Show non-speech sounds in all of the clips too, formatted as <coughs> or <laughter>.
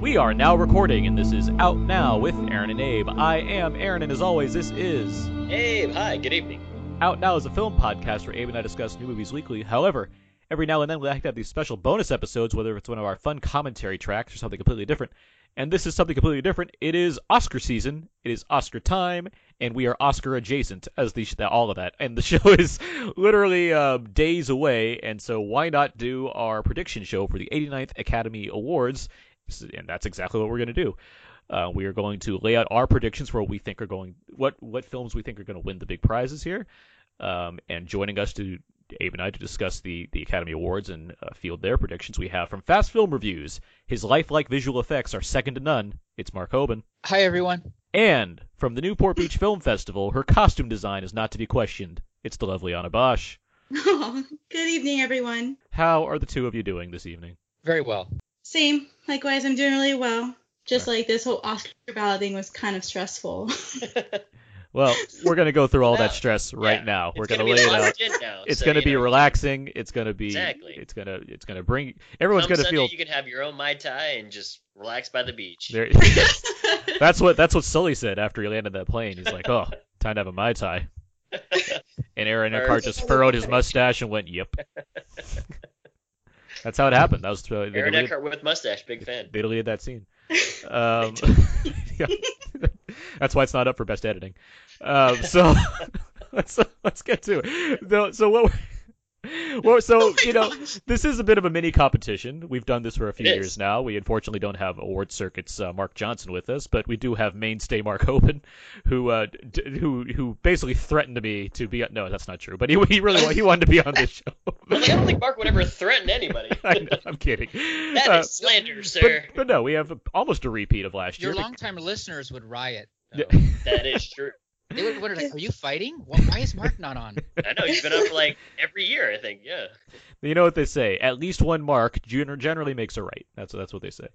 We are now recording, and this is Out Now with Aaron and Abe. I am Aaron, and as always, this is Abe, hi, good evening. Out Now is a film podcast where Abe and I discuss new movies weekly. However, every now and then we like to have these special bonus episodes, whether it's one of our fun commentary tracks or something completely different. And this is something completely different. It is Oscar season. It is Oscar time, and we are Oscar adjacent as the that, all of that. And the <laughs> show is literally uh, days away, and so why not do our prediction show for the 89th Academy Awards? And that's exactly what we're going to do. Uh, we are going to lay out our predictions for what we think are going, what what films we think are going to win the big prizes here. Um, and joining us to Abe and I to discuss the, the Academy Awards and uh, field their predictions. We have from Fast Film Reviews, his lifelike visual effects are second to none. It's Mark Hoban. Hi, everyone. And from the Newport <coughs> Beach Film Festival, her costume design is not to be questioned. It's the lovely Anna Bosch. Oh, <laughs> good evening, everyone. How are the two of you doing this evening? Very well. Same. Likewise, I'm doing really well. Just right. like this whole Oscar ballot thing was kind of stressful. <laughs> Well, we're gonna go through all that stress right yeah. now. We're gonna, gonna lay it out. Now, it's so, gonna be know. relaxing. It's gonna be exactly. It's gonna oh, it's gonna bring everyone's Some gonna Sunday feel. You can have your own mai tai and just relax by the beach. <laughs> There... that's what that's what Sully said after he landed that plane. He's like, <laughs> "Oh, time to have a mai tai." And Aaron Eckhart just furrowed his mustache and went, "Yep." that's how it happened. That was they Aaron deleted, Eckhart with mustache. Big fan. They deleted that <laughs> scene. Um, <laughs> yeah. That's why it's not up for best editing. Um, so <laughs> let's let's get to it. So, so what? Well, <laughs> so <laughs> oh you know, gosh. this is a bit of a mini competition. We've done this for a few it years is. now. We unfortunately don't have award circuits uh, Mark Johnson with us, but we do have mainstay Mark <laughs> Hoban, who uh, d- who who basically threatened me to be. No, that's not true. But he, he really he wanted to be on <laughs> this show. <laughs> well, I don't think Mark would ever threaten anybody. I am kidding. That uh, is slander, sir. But, but, no, we have almost a repeat of last Your year. Your longtime listeners would riot. No, that is true. They would wonder, <laughs> like, are you fighting? Why is Mark not on? I know you've been up like every year, I think. Yeah. You know what they say: at least one mark generally makes a right. That's that's what they say.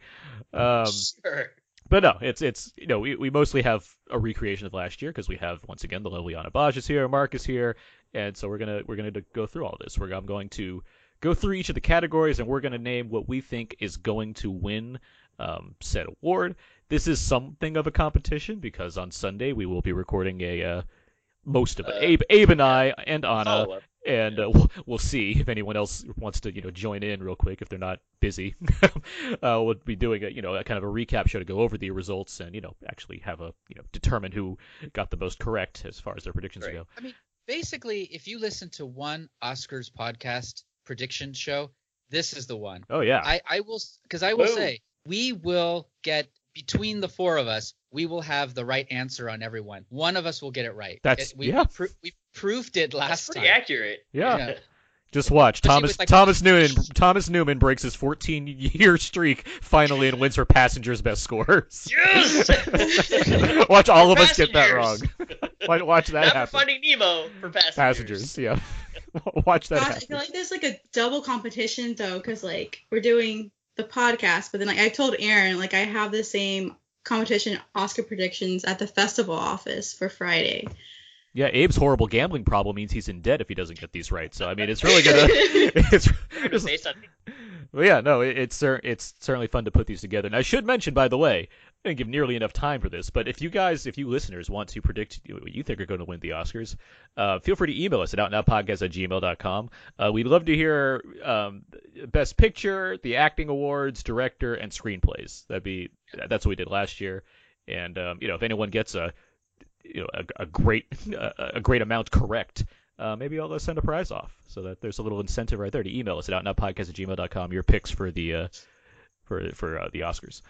Um, sure. But no, it's it's you know we, we mostly have a recreation of last year because we have once again the lovely Anna Bosch is here, Mark is here, and so we're gonna we're gonna go through all this. We're I'm going to go through each of the categories and we're gonna name what we think is going to win um, said award this is something of a competition because on Sunday we will be recording a uh, most of it. Uh, Abe, Abe and I and Anna, oh, uh, and yeah. we'll, we'll, see if anyone else wants to you know join in real quick if they're not busy. <laughs> Uh, we'll be doing a you know a kind of a recap show to go over the results and you know actually have a you know determine who got the most correct as far as their predictions right. go. I mean, basically, if you listen to one Oscars podcast prediction show, this is the one. Oh yeah, I I will because I will Boom. say we will get between the four of us, we will have the right answer on everyone. One of us will get it right. That's it, we, yeah. Pro- we proved it last That's pretty time. accurate. Yeah. yeah. Just watch but Thomas like, Thomas Newman Thomas Newman breaks his 14 year streak finally and wins for Passengers best <laughs> scores. Yes. watch all for of us get that wrong. watch that Not happen. For Finding Nemo for Passengers. Passengers, yeah. <laughs> watch that. Gosh, happen. I feel like there's like a double competition though, because like we're doing the podcast, but then like I told Aaron, like I have the same competition Oscar predictions at the festival office for Friday. Yeah, Abe's horrible gambling problem means he's in debt if he doesn't get these right. So I mean, it's really gonna. <laughs> it's, it's based on. Well, yeah, no, it, it's it's certainly fun to put these together. And I should mention, by the way, I didn't give nearly enough time for this, but if you guys, if you listeners want to predict what you think are going to win the Oscars, uh, feel free to email us at outnowpodcast at gmail.com. Uh, we'd love to hear um, Best Picture, the Acting Awards, Director, and Screenplays. That'd be that's what we did last year. And um, you know, if anyone gets a you know a, a great <laughs> a, a, great amount correct uh, maybe i'll send a prize off so that there's a little incentive right there to email us at outnowpodcast at gmail.com your picks for the uh, for for uh, the oscars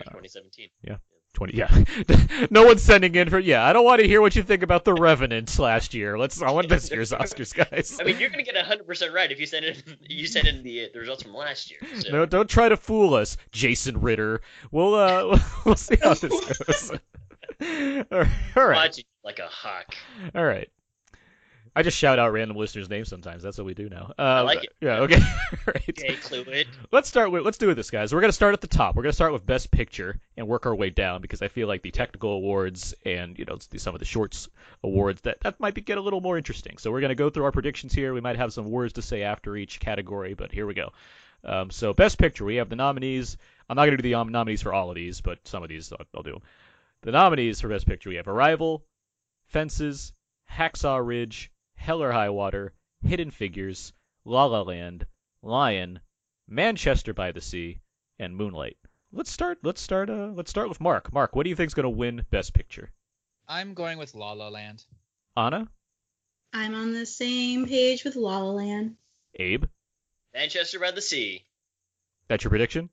Uh, 2017 yeah 20 yeah <laughs> no one's sending in for yeah i don't want to hear what you think about the revenant last year let's i want this year's oscars guys i mean you're gonna get 100% right if you send in <laughs> you send in the, the results from last year <laughs> so. no don't try to fool us jason ritter we'll uh <laughs> we'll see how this goes <laughs> all right. Watching like a hawk. All right. I just shout out random listeners' names sometimes. That's what we do now. Um, I like it. Yeah. Okay. <laughs> right. Okay, Clued. Let's start with. Let's do this, guys. We're gonna start at the top. We're gonna start with Best Picture and work our way down because I feel like the technical awards and you know some of the shorts awards that that might be, get a little more interesting. So we're gonna go through our predictions here. We might have some words to say after each category, but here we go. Um, so best picture, we have the nominees. I'm not gonna do the um, nominees for all of these, but some of these I'll, I'll do. The nominees for best picture we have Arrival, Fences, Hacksaw Ridge, Hell or High Water, Hidden Figures, La La Land, Lion, Manchester by the Sea, and Moonlight. Let's start. Let's start. Uh, let's start with Mark. Mark, what do you think's gonna win Best Picture? I'm going with La La Land. Anna, I'm on the same page with La La Land. Abe, Manchester by the Sea. that's your prediction.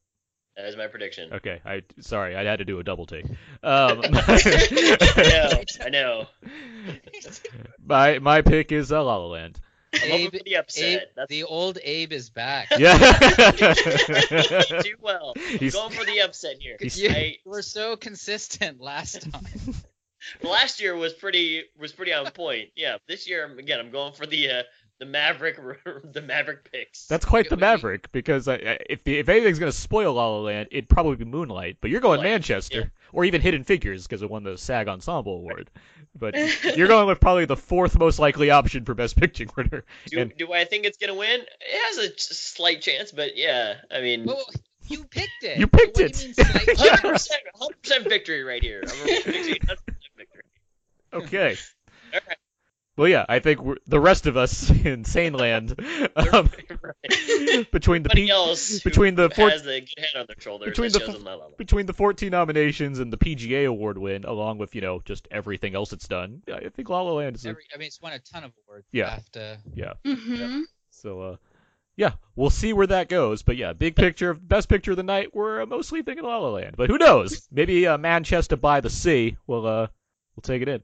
That is my prediction. Okay. I sorry, I had to do a double take. Um, <laughs> <laughs> I know. I know. my my pick is uh, La La Land. I'm hoping Abe- for the upset. Abe, That's the old Abe is <laughs> back. <laughs> Yeah. do well. I'm <laughs> He's- going for the upset here. He's- You I- were so consistent last time. last year was pretty was pretty on point. Yeah, this year I'm- again I'm going for the uh, the Maverick <laughs> the Maverick picks. That's quite the It would be- maverick because I, I- if the, if anything's gonna spoil La La Land, it'd probably be Moonlight. But you're going Moonlight, Manchester yeah. or even Hidden Figures because it won the SAG Ensemble Award. But <laughs> <laughs> you're going with probably the fourth most likely option for Best Picture winner. do, and- do I think it's gonna win? It has a s- slight chance, but yeah, I mean. Whoa, you picked it. You picked What do you it. <laughs> mean slight- Yeah. 100%, 100% victory right here. <laughs> I'm predicting 100% victory. Okay. Alright. Well, yeah, I think we're, the rest of us <laughs> in Sane <laughs> Land, um, between the Everybody pe- else who between the four- has the good head on their shoulders between that the shows f- them love. between the 14 nominations and the PGA award win, along with you know just everything else it's done, I think La La Land is a, Every- I mean, it's won a ton of awards. Yeah. BAFTA. hmm so. Uh, yeah, we'll see where that goes, but yeah, big picture, best picture of the night. We're uh, mostly thinking La La Land, but who knows? Maybe uh, Manchester by the Sea will uh will take it in.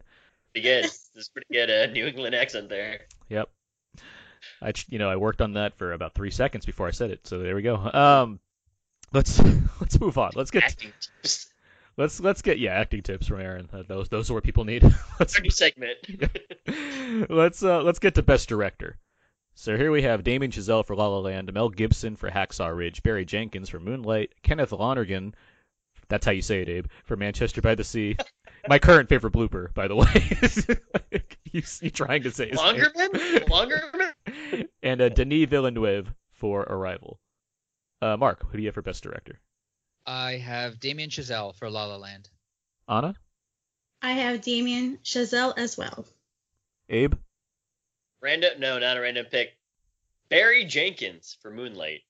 <laughs> Pretty good. This is pretty good uh, New England accent there. Yep. I ch- you know I worked on that for about three seconds before I said it, so there we go. Um, let's <laughs> let's move on. Let's get Acting tips. let's let's get yeah acting tips from Aaron. Uh, those those are what people need. <laughs> let's Thirty segment. let's uh, let's get to best director. So here we have Damien Chazelle for La La Land, Mel Gibson for Hacksaw Ridge, Barry Jenkins for Moonlight, Kenneth Lonergan, that's how you say it, Abe, for Manchester by the Sea. My current favorite blooper, by the way. <laughs> you, you trying to say his name. <laughs> Longerman? Longerman? and uh, Denis Villeneuve for Arrival. Uh, Mark, who do you have for best director? I have Damien Chazelle for La La Land. <laughs> Anna, I have Damien Chazelle as well. Abe, Random? No, not a random pick. Barry Jenkins for Moonlight.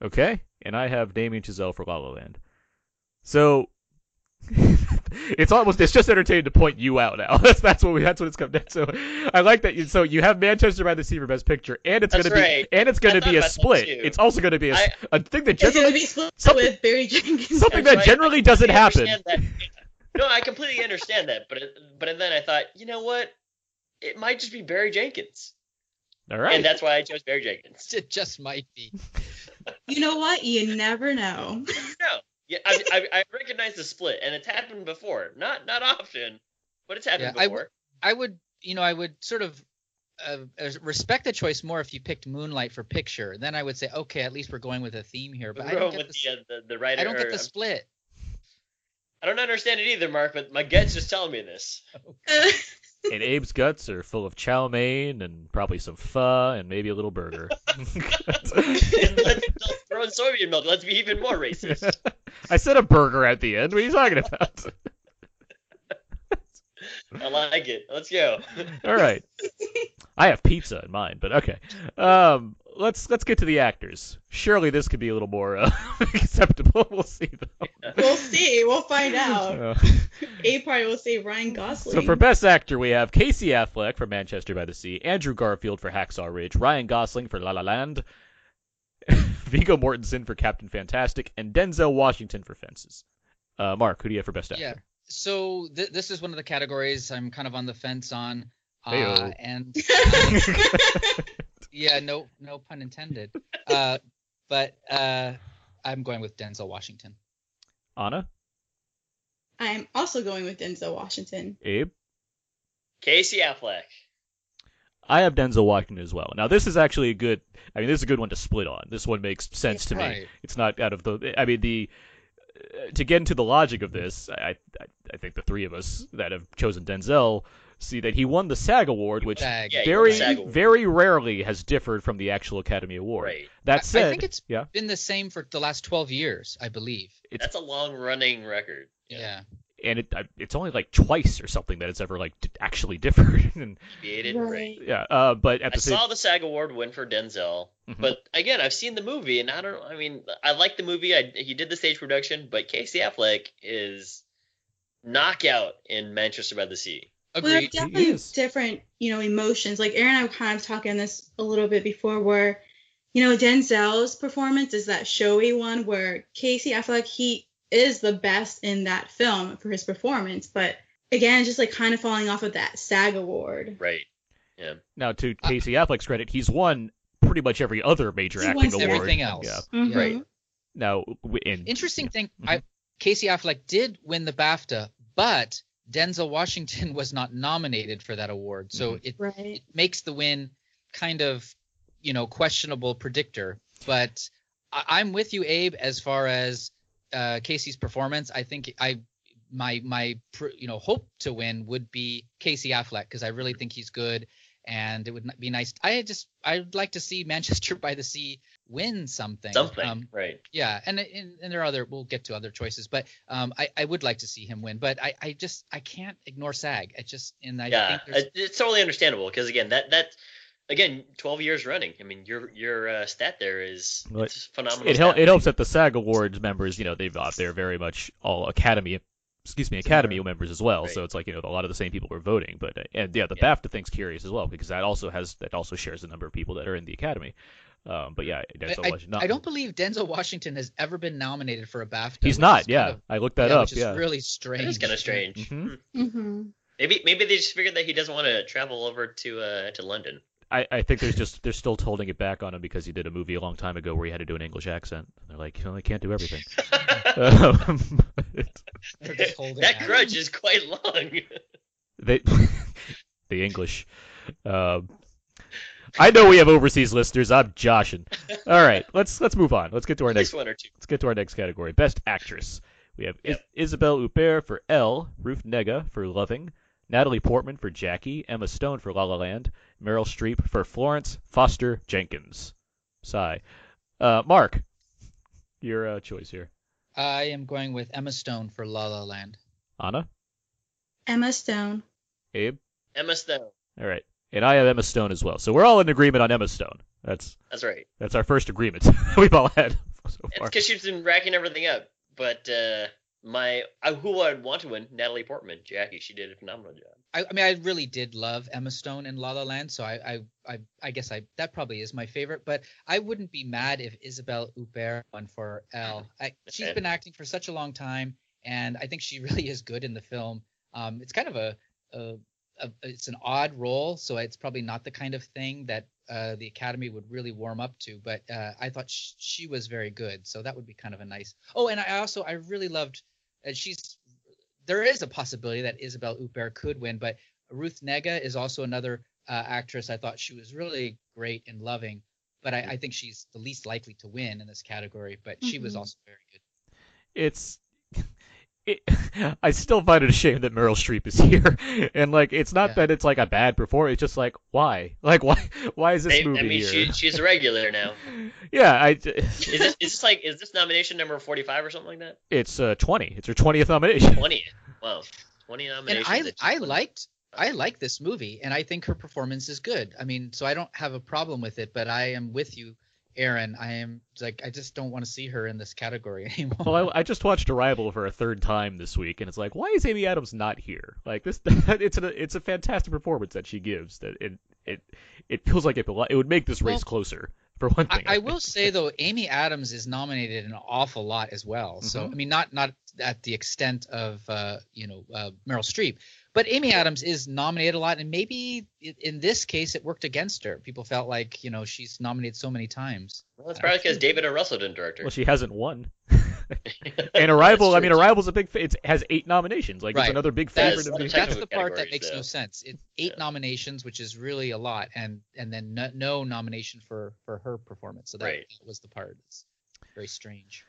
okay, and I have Damien Chazelle for La La Land. So <laughs> it's almost it's just entertaining to point you out now. <laughs> That's that's what we that's what it's come down. So I like that. You, so you have Manchester by the Sea for best picture, and it's That's gonna right. be and it's I gonna thought be a about that split. too. It's also gonna be a, s- a thing that It's gonna generally be split something- <laughs> with Barry Jenkins. something that That's right. generally I doesn't happen. completely understand that. No, I completely understand that, but but then I thought, you know what? It might just be Barry Jenkins, All right. and that's why I chose Barry Jenkins. It just might be. You know what? You never know. Yeah, I, I, I recognize the split, and it's happened before. Not not often, but it's happened Yeah, I w- before. I would, you know, I would sort of uh, uh, respect the choice more if you picked Moonlight for picture. Then I would say, okay, at least we're going with a theme here. But I We're don't going with get the, the, uh, the the writer. I don't or- get the split. I don't understand it either, Mark. But my gut's just telling me this. <laughs> and Abe's guts are full of chow mein and probably some pho and maybe a little burger. <laughs> Let's throw in soybean milk. Let's be even more <laughs> racist. I said a burger at the end. What are you talking about? I like it. Let's <laughs> go. All right. I have pizza in mind, but okay. Um, let's let's get to the actors. Surely this could be a little more uh, <laughs> acceptable. We'll see though. <laughs> we'll see. We'll find out. Uh, A party will see Ryan Gosling. So for Best Actor, we have Casey Affleck for Manchester by the Sea, Andrew Garfield for Hacksaw Ridge, Ryan Gosling for La La Land, <laughs> Viggo Mortensen for Captain Fantastic, and Denzel Washington for Fences. Uh, Mark, who do you have for Best Actor? Yeah. So th- this is one of the categories I'm kind of on the fence on. Uh, Heyo. and yeah, no, no pun intended. Uh, but uh, I'm going with Denzel Washington. Anna, <laughs> I'm also going with Denzel Washington. Abe, Casey Affleck. I have Denzel Washington as well. Now this is actually a good. I mean, this is a good one to split on. This one makes sense to me. Right. It's not out of the. I mean, the uh, to get into the logic of this, I I, I think the three of us that have chosen Denzel See that he won the SAG award, which Tag. Yeah, he won the very SAG award. very rarely has differed from the actual Academy Award. Right. I- I That said, think it's- yeah, Been the same for the last 12 years, I believe. it's That's a long running record. Yeah. and it I- it's only like twice or something that it's ever like d- actually <laughs> differed. and Deviated and rate. yeah, uh, but at I the same saw the SAG award win for Denzel, Mhm. but again, I've seen the movie, and I don't. I mean, I like the movie. I, he did the stage production, but Casey Affleck is knockout in Manchester by the Sea. Well, there are Agreed. He definitely is. different, you know, emotions. Like Aaron and I were kind of talking this a little bit before, where, you know, Denzel's performance is that showy one where Casey, I feel like he is the best in that film for his performance, but again, just like kind of falling off of that SAG award. Right. now to I- Casey Affleck's credit, he's won pretty much every other major He acting wins award. Everything else. Yeah. Mhm. Right. Now w- in Interesting thing. Mm-hmm. I, Casey Affleck did win the BAFTA, but Denzel Washington <laughs> was not nominated for that award. So Mm-hmm. it, Right. it makes the win kind of, you know, questionable predictor. But I, I'm with you, Abe, as far as uh, Casey's performance. I think I my my pr- you know hope to win would be Casey Affleck because I really think he's good. And it would n- be nice. I just I'd like to see <laughs> Manchester by the Sea win something. Something. Um, right. yeah, and, and and there are other. We'll get to other choices, but um, I I would like to see him win, but I I just I can't ignore SAG. I just and I yeah. think there's, it- It's totally understandable because again, that that again, twelve years running. I mean, your your uh, stat there is Well, it's phenomenal. it, hel- stat. it helps that the SAG Awards members, you know, they've uh, they're very much all Academy, excuse me, Academy members as well. So Right. it's like you know a lot of the same people were voting, but uh, and yeah, the Yeah. BAFTA thing's curious as well because that also has that also shares the number of people that are in the Academy. Um, but yeah, that's I, I, not. I don't believe Denzel Washington has ever been nominated for a BAFTA. He's which is not. kind Yeah, of- I looked that yeah, up. which is Yeah, really strange. It is kind of strange. Mhm. Hmm. Mm-hmm. Maybe maybe they just figured that he doesn't want to travel over to uh to London. I, I think there's just they're still holding it back on him because he did a movie a long time ago where he had to do an English accent. And they're like, you know, I can't do everything. <laughs> um, <laughs> They're just holding <laughs> that out. grudge is quite long. <laughs> they, <laughs> the English. Um, I know we have overseas listeners. I'm joshing. All right, let's let's move on. Let's get to our At least next. one or two. Let's get to our next category. Best actress. We have Is- Isabelle Huppert for Elle, Ruth Nega for Loving, Natalie Portman for Jackie, Emma Stone for La La Land, Meryl Streep for Florence Foster Jenkins. Sigh. Uh, Mark, your uh, choice here. I am going with Emma Stone for La La Land. Anna, Emma Stone. Abe. Emma Stone. All right, and I have Emma Stone as well. So we're all in agreement on Emma Stone. That's That's right. That's our first agreement <laughs> we've all had so It's far. because she's been racking everything up. But uh, my uh, who I'd want to win, Natalie Portman, Jackie. She did a phenomenal job. I, I mean, I really did love Emma Stone in La La Land, so I, I, I, I guess I that probably is my favorite. But I wouldn't be mad if Isabelle Huppert won for Elle. I, she's been acting for such a long time, and I think she <laughs> really is good in the film. Um, it's kind of a, a, a, it's an odd role, so it's probably not the kind of thing that uh, the Academy would really warm up to. But uh, I thought sh- she was very good, so that would be kind of a nice. Oh, and I also I really loved. Uh, she's there is a possibility that Isabelle Huppert could win, but Ruth Nega is also another uh, actress. I thought she was really great and loving, but I, I think she's the least likely to win in this category. But she was Mhm. also very good. It's. It, <laughs> I still find it a shame that Meryl Streep is <laughs> here, and like it's not Yeah. that it's like a bad performance. It's just like why, <laughs> like why, why is this They- movie I mean, here? she, she's a regular now. <laughs> Yeah, I. <sighs> Is this, is this like is this nomination number forty five or something like that? It's uh, twenty. It's her twentieth nomination. <laughs> Twenty. Wow. Twenty And nominations. I that she I won. liked I like this movie, and I think her performance is good. I mean, so I don't have a problem with it, but I am with you, Aaron. I am like I just don't want to see her in this category <laughs> anymore. Well, I, I just watched Arrival for a third time this week, and it's like, why is Amy Adams not here? Like this, <laughs> it's a it's a fantastic performance that she gives. That it it it feels like it belo- it would make this race Well, closer for one I, thing. I think. will say though, Amy Adams is nominated an awful lot as well. Mm-hmm. So I mean, not not at the extent of uh, you know uh, Meryl Streep, but Amy Adams is nominated a lot, and maybe i- in this case it worked against her. People felt like you know she's nominated so many times. Well, that's probably because David O. Russell didn't direct her. Well, she hasn't <laughs> won. and Arrival, I That's mean, true. Arrival's a big. Fa- it has eight nominations. Like it's Right. another big That That favorite is of what the. I'm technical That's the part that categories, makes though. no sense. It's eight Yeah. nominations, which is really a lot, and and then no, no nomination for for her performance. So that, Right. that was the part that's very strange.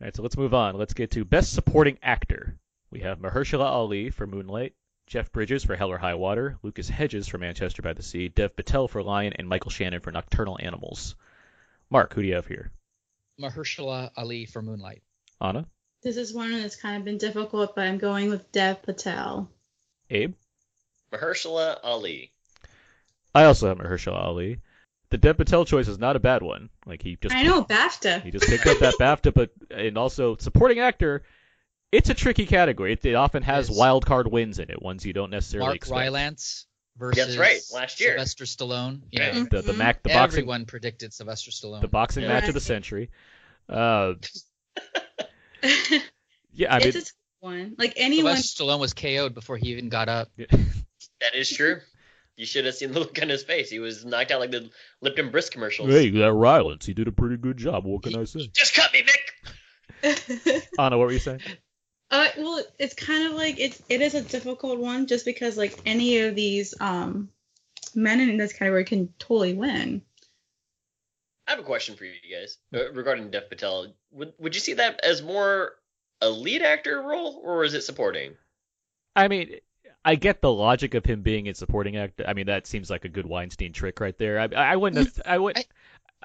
All right, so let's move on. Let's get to best supporting actor. We have Mahershala Ali for Moonlight, Jeff Bridges for Hell or High Water, Lucas Hedges for Manchester by the Sea, Dev Patel for Lion, and Michael Shannon for Nocturnal Animals. Mark, who do you have here? Mahershala Ali for Moonlight. Anna, This is one that's kind of been difficult, but I'm going with Dev Patel. Abe. Mahershala Ali. I also have Mahershala Ali. The Dev Patel choice is not a bad one. Like he just I know He BAFTA. just picked up <laughs> that BAFTA, but and also supporting actor. It's a tricky category. It, it often has Yes. wild card wins in it, ones you don't necessarily Mark expect. Rylance versus right, last year. Sylvester Stallone. You Yeah. know, The the Mhm. Mac the boxing everyone predicted Sylvester Stallone. the boxing Yeah. match of the Right. century. Uh, <laughs> it's yeah, I mean, a tough one. Like anyone, Sylvester Stallone was KO'd before he even got up. That is true. You should have seen the look on his face. He was knocked out like the Lipton Brisk commercials. hey, that Rylance, he did a pretty good job. What can I say? Just cut me, Vic. Anna, what were you saying? <laughs> Uh, well, it's kind of like it's it is a difficult one just because like any of these um men in this category can totally win. I have a question for you guys uh, regarding Dev Patel. Would would you see that as more a lead actor role or is it supporting? <laughs> <laughs> I mean, I get the logic of him being in supporting act. I mean, that seems like a good Weinstein trick right there. I, I wouldn't. have- I would.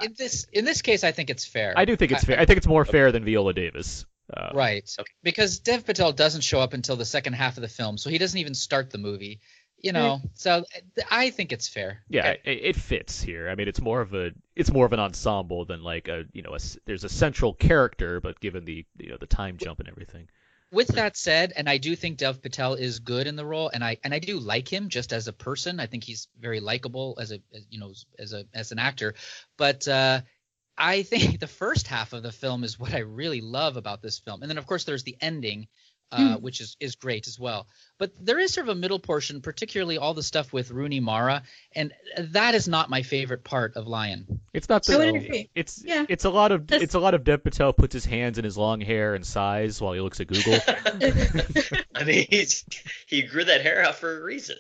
In this in this case, I think it's fair. I do think it's fair. I think it's more fair than Viola Davis. Uh, Right. Okay. Because Dev Patel doesn't show up until the second half of the film, so he doesn't even start the movie. You know, so th- I think it's fair. Eh. yeah it, it fits here i mean it's more of a it's more of an ensemble than like a you know a s there's a central character but given the you know the time jump and everything With that said, and I do think Dev Patel is good in the role, and I and I do like him just as a person. I think he's very likable as a as, you know as a as an actor, but uh, I think <laughs> the first half of the film is what I really love about this film, and then of course there's the ending, uh, Hmm. which is is great as well. But there is sort of a middle portion, particularly all the stuff with Rooney Mara, and that is not my favorite part of Lion. it's not the, I would agree. it's Yeah. it's a lot of That's- it's a lot of dev patel puts his hands in his long hair and sighs while he looks at <laughs> google I mean, he's, he grew that hair out for a reason.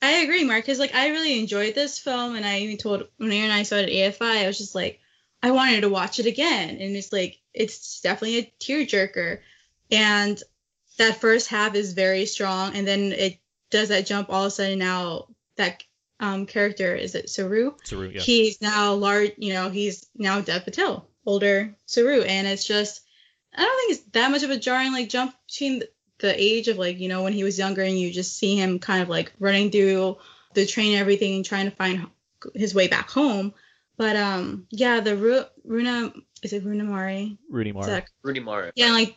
I agree, Mark, because like I really enjoyed this film, and I even told when Aaron and I saw it at AFI, I was just like, I wanted to watch it again, and it's like it's definitely a tearjerker, and that first half is very strong, and then it does that jump all of a sudden. Now that um character is it Saru? Saru, yeah. He's now large, you know, he's now Dev Patel, older Saru, and it's just I don't think it's that much of a jarring like jump between the- the age of like you know when he was younger and you just see him kind of like running through the train and everything and trying to find his way back home. But um yeah, the Ru- Runa is it Runa Mari? rooney mara Is that Rooney Mara. yeah, like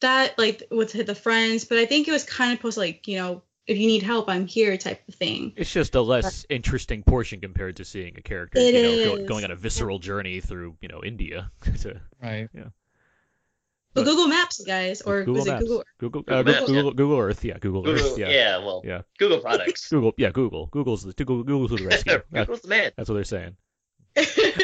that, like with the friends. But I think it was kind of supposed to like you know if you need help, I'm here type of thing. it's just a less interesting portion compared to seeing a character It you know go- is. going on a visceral journey through you know india <laughs> to Right. But But- Google Maps, guys, or Google was it Maps. Google? Google, Google uh, Goo- Maps, yeah. Google, Google Earth, yeah, Google, Google, Earth, yeah. yeah. well, Yeah. Google products. <laughs> Google, yeah, Google, Google's the Google, Google's to the rescue. That- <laughs> Google's the man. that's what they're saying.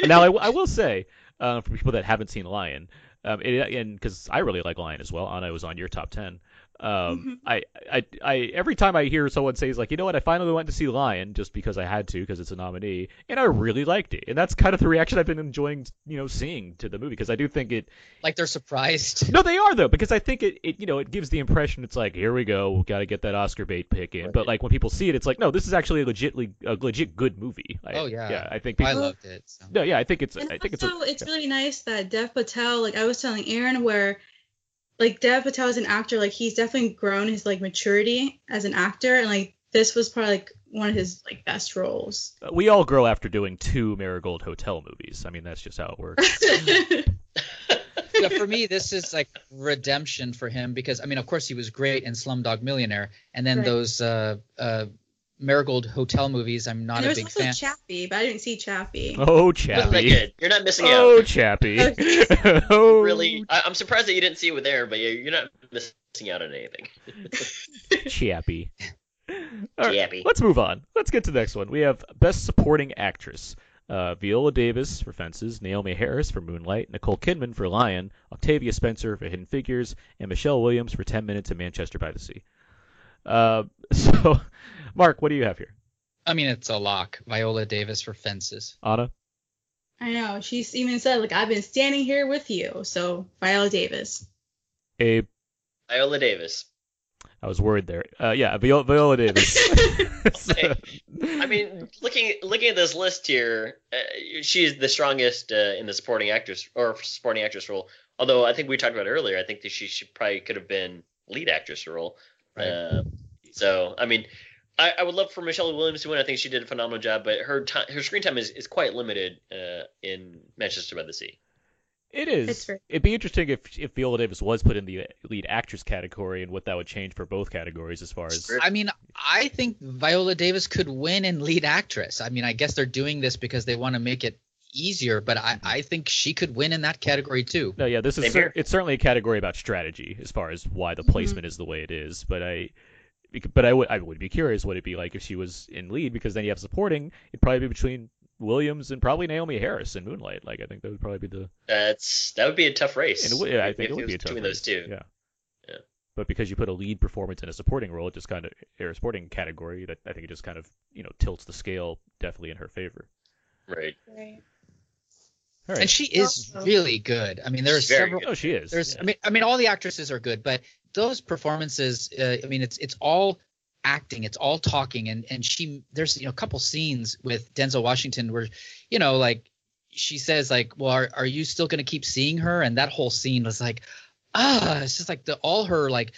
now I, w- I will say uh, for people that haven't seen Lion, um, it, and because I really like Lion as well, Anna was on your top ten. Mm-hmm. Um, I, I, I, every time I hear someone say, like, you know what, I finally went to see Lion just because I had to, because it's a nominee, and I really liked it, and that's kind of the reaction I've been enjoying, you know, seeing to the movie, because I do think it Like they're surprised. no, they are though, because I think it, it you know it gives the impression it's like here we go, we got to get that Oscar bait pick in. But like when people see it, it's like no, this is actually a legitly a legit good movie. I, Oh, yeah. yeah. I think <laughs> I people. loved it. so. no, yeah, I think it's. And I think it's. also, A, it's, really nice that Dev Patel, like I was telling Aaron, where like Dev Patel as an actor, like he's definitely grown his like maturity as an actor, and like this was probably like one of his like best roles. <laughs> uh, we all grow after doing two Marigold Hotel movies. I mean, that's just how it <laughs> works. yeah, for me, this is like redemption for him because I mean, of course, he was great in Slumdog Millionaire, and then Right. those uh, uh, Marigold Hotel movies. I'm not and a there was big also fan. Chappie, but I didn't see Chappie. oh, Wasn't that Chappie. good? You're not missing out. Oh, Chappie. <laughs> oh, really I, i'm surprised that you didn't see it there but yeah, you're not missing out on anything <laughs> Chappie. All right. Chappie. Let's move on. Let's get to the next one. We have Best Supporting Actress. Uh, Viola Davis for Fences, Naomi Harris for Moonlight, Nicole Kidman for Lion, Octavia Spencer for Hidden Figures, and Michelle Williams for 10 Minutes in Manchester by the Sea. Uh, <laughs> so, Mark, what do you have here? I mean, it's a lock. Viola Davis for Fences. Anna? I know she's even said like I've been standing here with you, so Viola Davis. Abe? viola davis I was worried there. Uh, yeah, Viola, Viola <laughs> Davis. So- Okay. I mean, looking looking at this list here, uh, she's the strongest uh, in the supporting actress or supporting actress role. Although I think we talked about it earlier, I think that she should probably could have been lead actress role. Right. Uh, so I mean, I, I would love for Michelle Williams to win. I think she did a phenomenal job, but her time, her screen time is, is quite limited uh, in Manchester by the Sea. It is. It's very- It'd be interesting if if Viola Davis was put in the lead actress category and what that would change for both categories as far as Script. I mean, I think Viola Davis could win in lead actress. I mean, I guess they're doing this because they want to make it easier, but I, I think she could win in that category too. No, yeah, this is Same cer- here. Mm-hmm. it's certainly a category about strategy as far as why the Mhm. placement is the way it is. But I, bec- but I would I would be curious what it'd be like if she was in lead because then you have supporting. It'd probably be between Williams and probably Naomi Harris in Moonlight. Like I think that would probably be the. That's that would be a tough race. And it would, yeah, I if- think if it would be was a tough between race. those two. Yeah. Yeah. But because you put a lead performance in a supporting role, it just kind of or a supporting category that I think it just kind of you know tilts the scale definitely in her favor. Right. Right. All right. And she is Also- really good. I mean, there are She's very several. oh, she is. There's, Yeah. I mean, I mean, all the actresses are good, but those performances, uh, I mean, it's it's all acting, it's all talking, and and she, there's you know, a couple scenes with Denzel Washington where, you know, like she says like, well, are, are you still gonna keep seeing her? And that whole scene was like, ah, it's just like the all her like